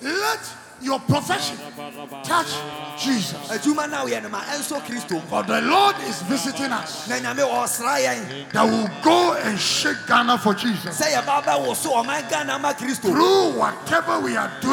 Speaker 1: Let your profession touch Jesus.
Speaker 2: adwuma no a woyɛ no ma ɛnsɔ kristo mu
Speaker 1: For the Lord is visiting us
Speaker 2: na nyame ɔsra yɛn
Speaker 1: that will go and shake Ghana for Jesus
Speaker 2: sɛ yɛba bɛwo so ɔman ghana ma kristo
Speaker 1: through whatever we are doing.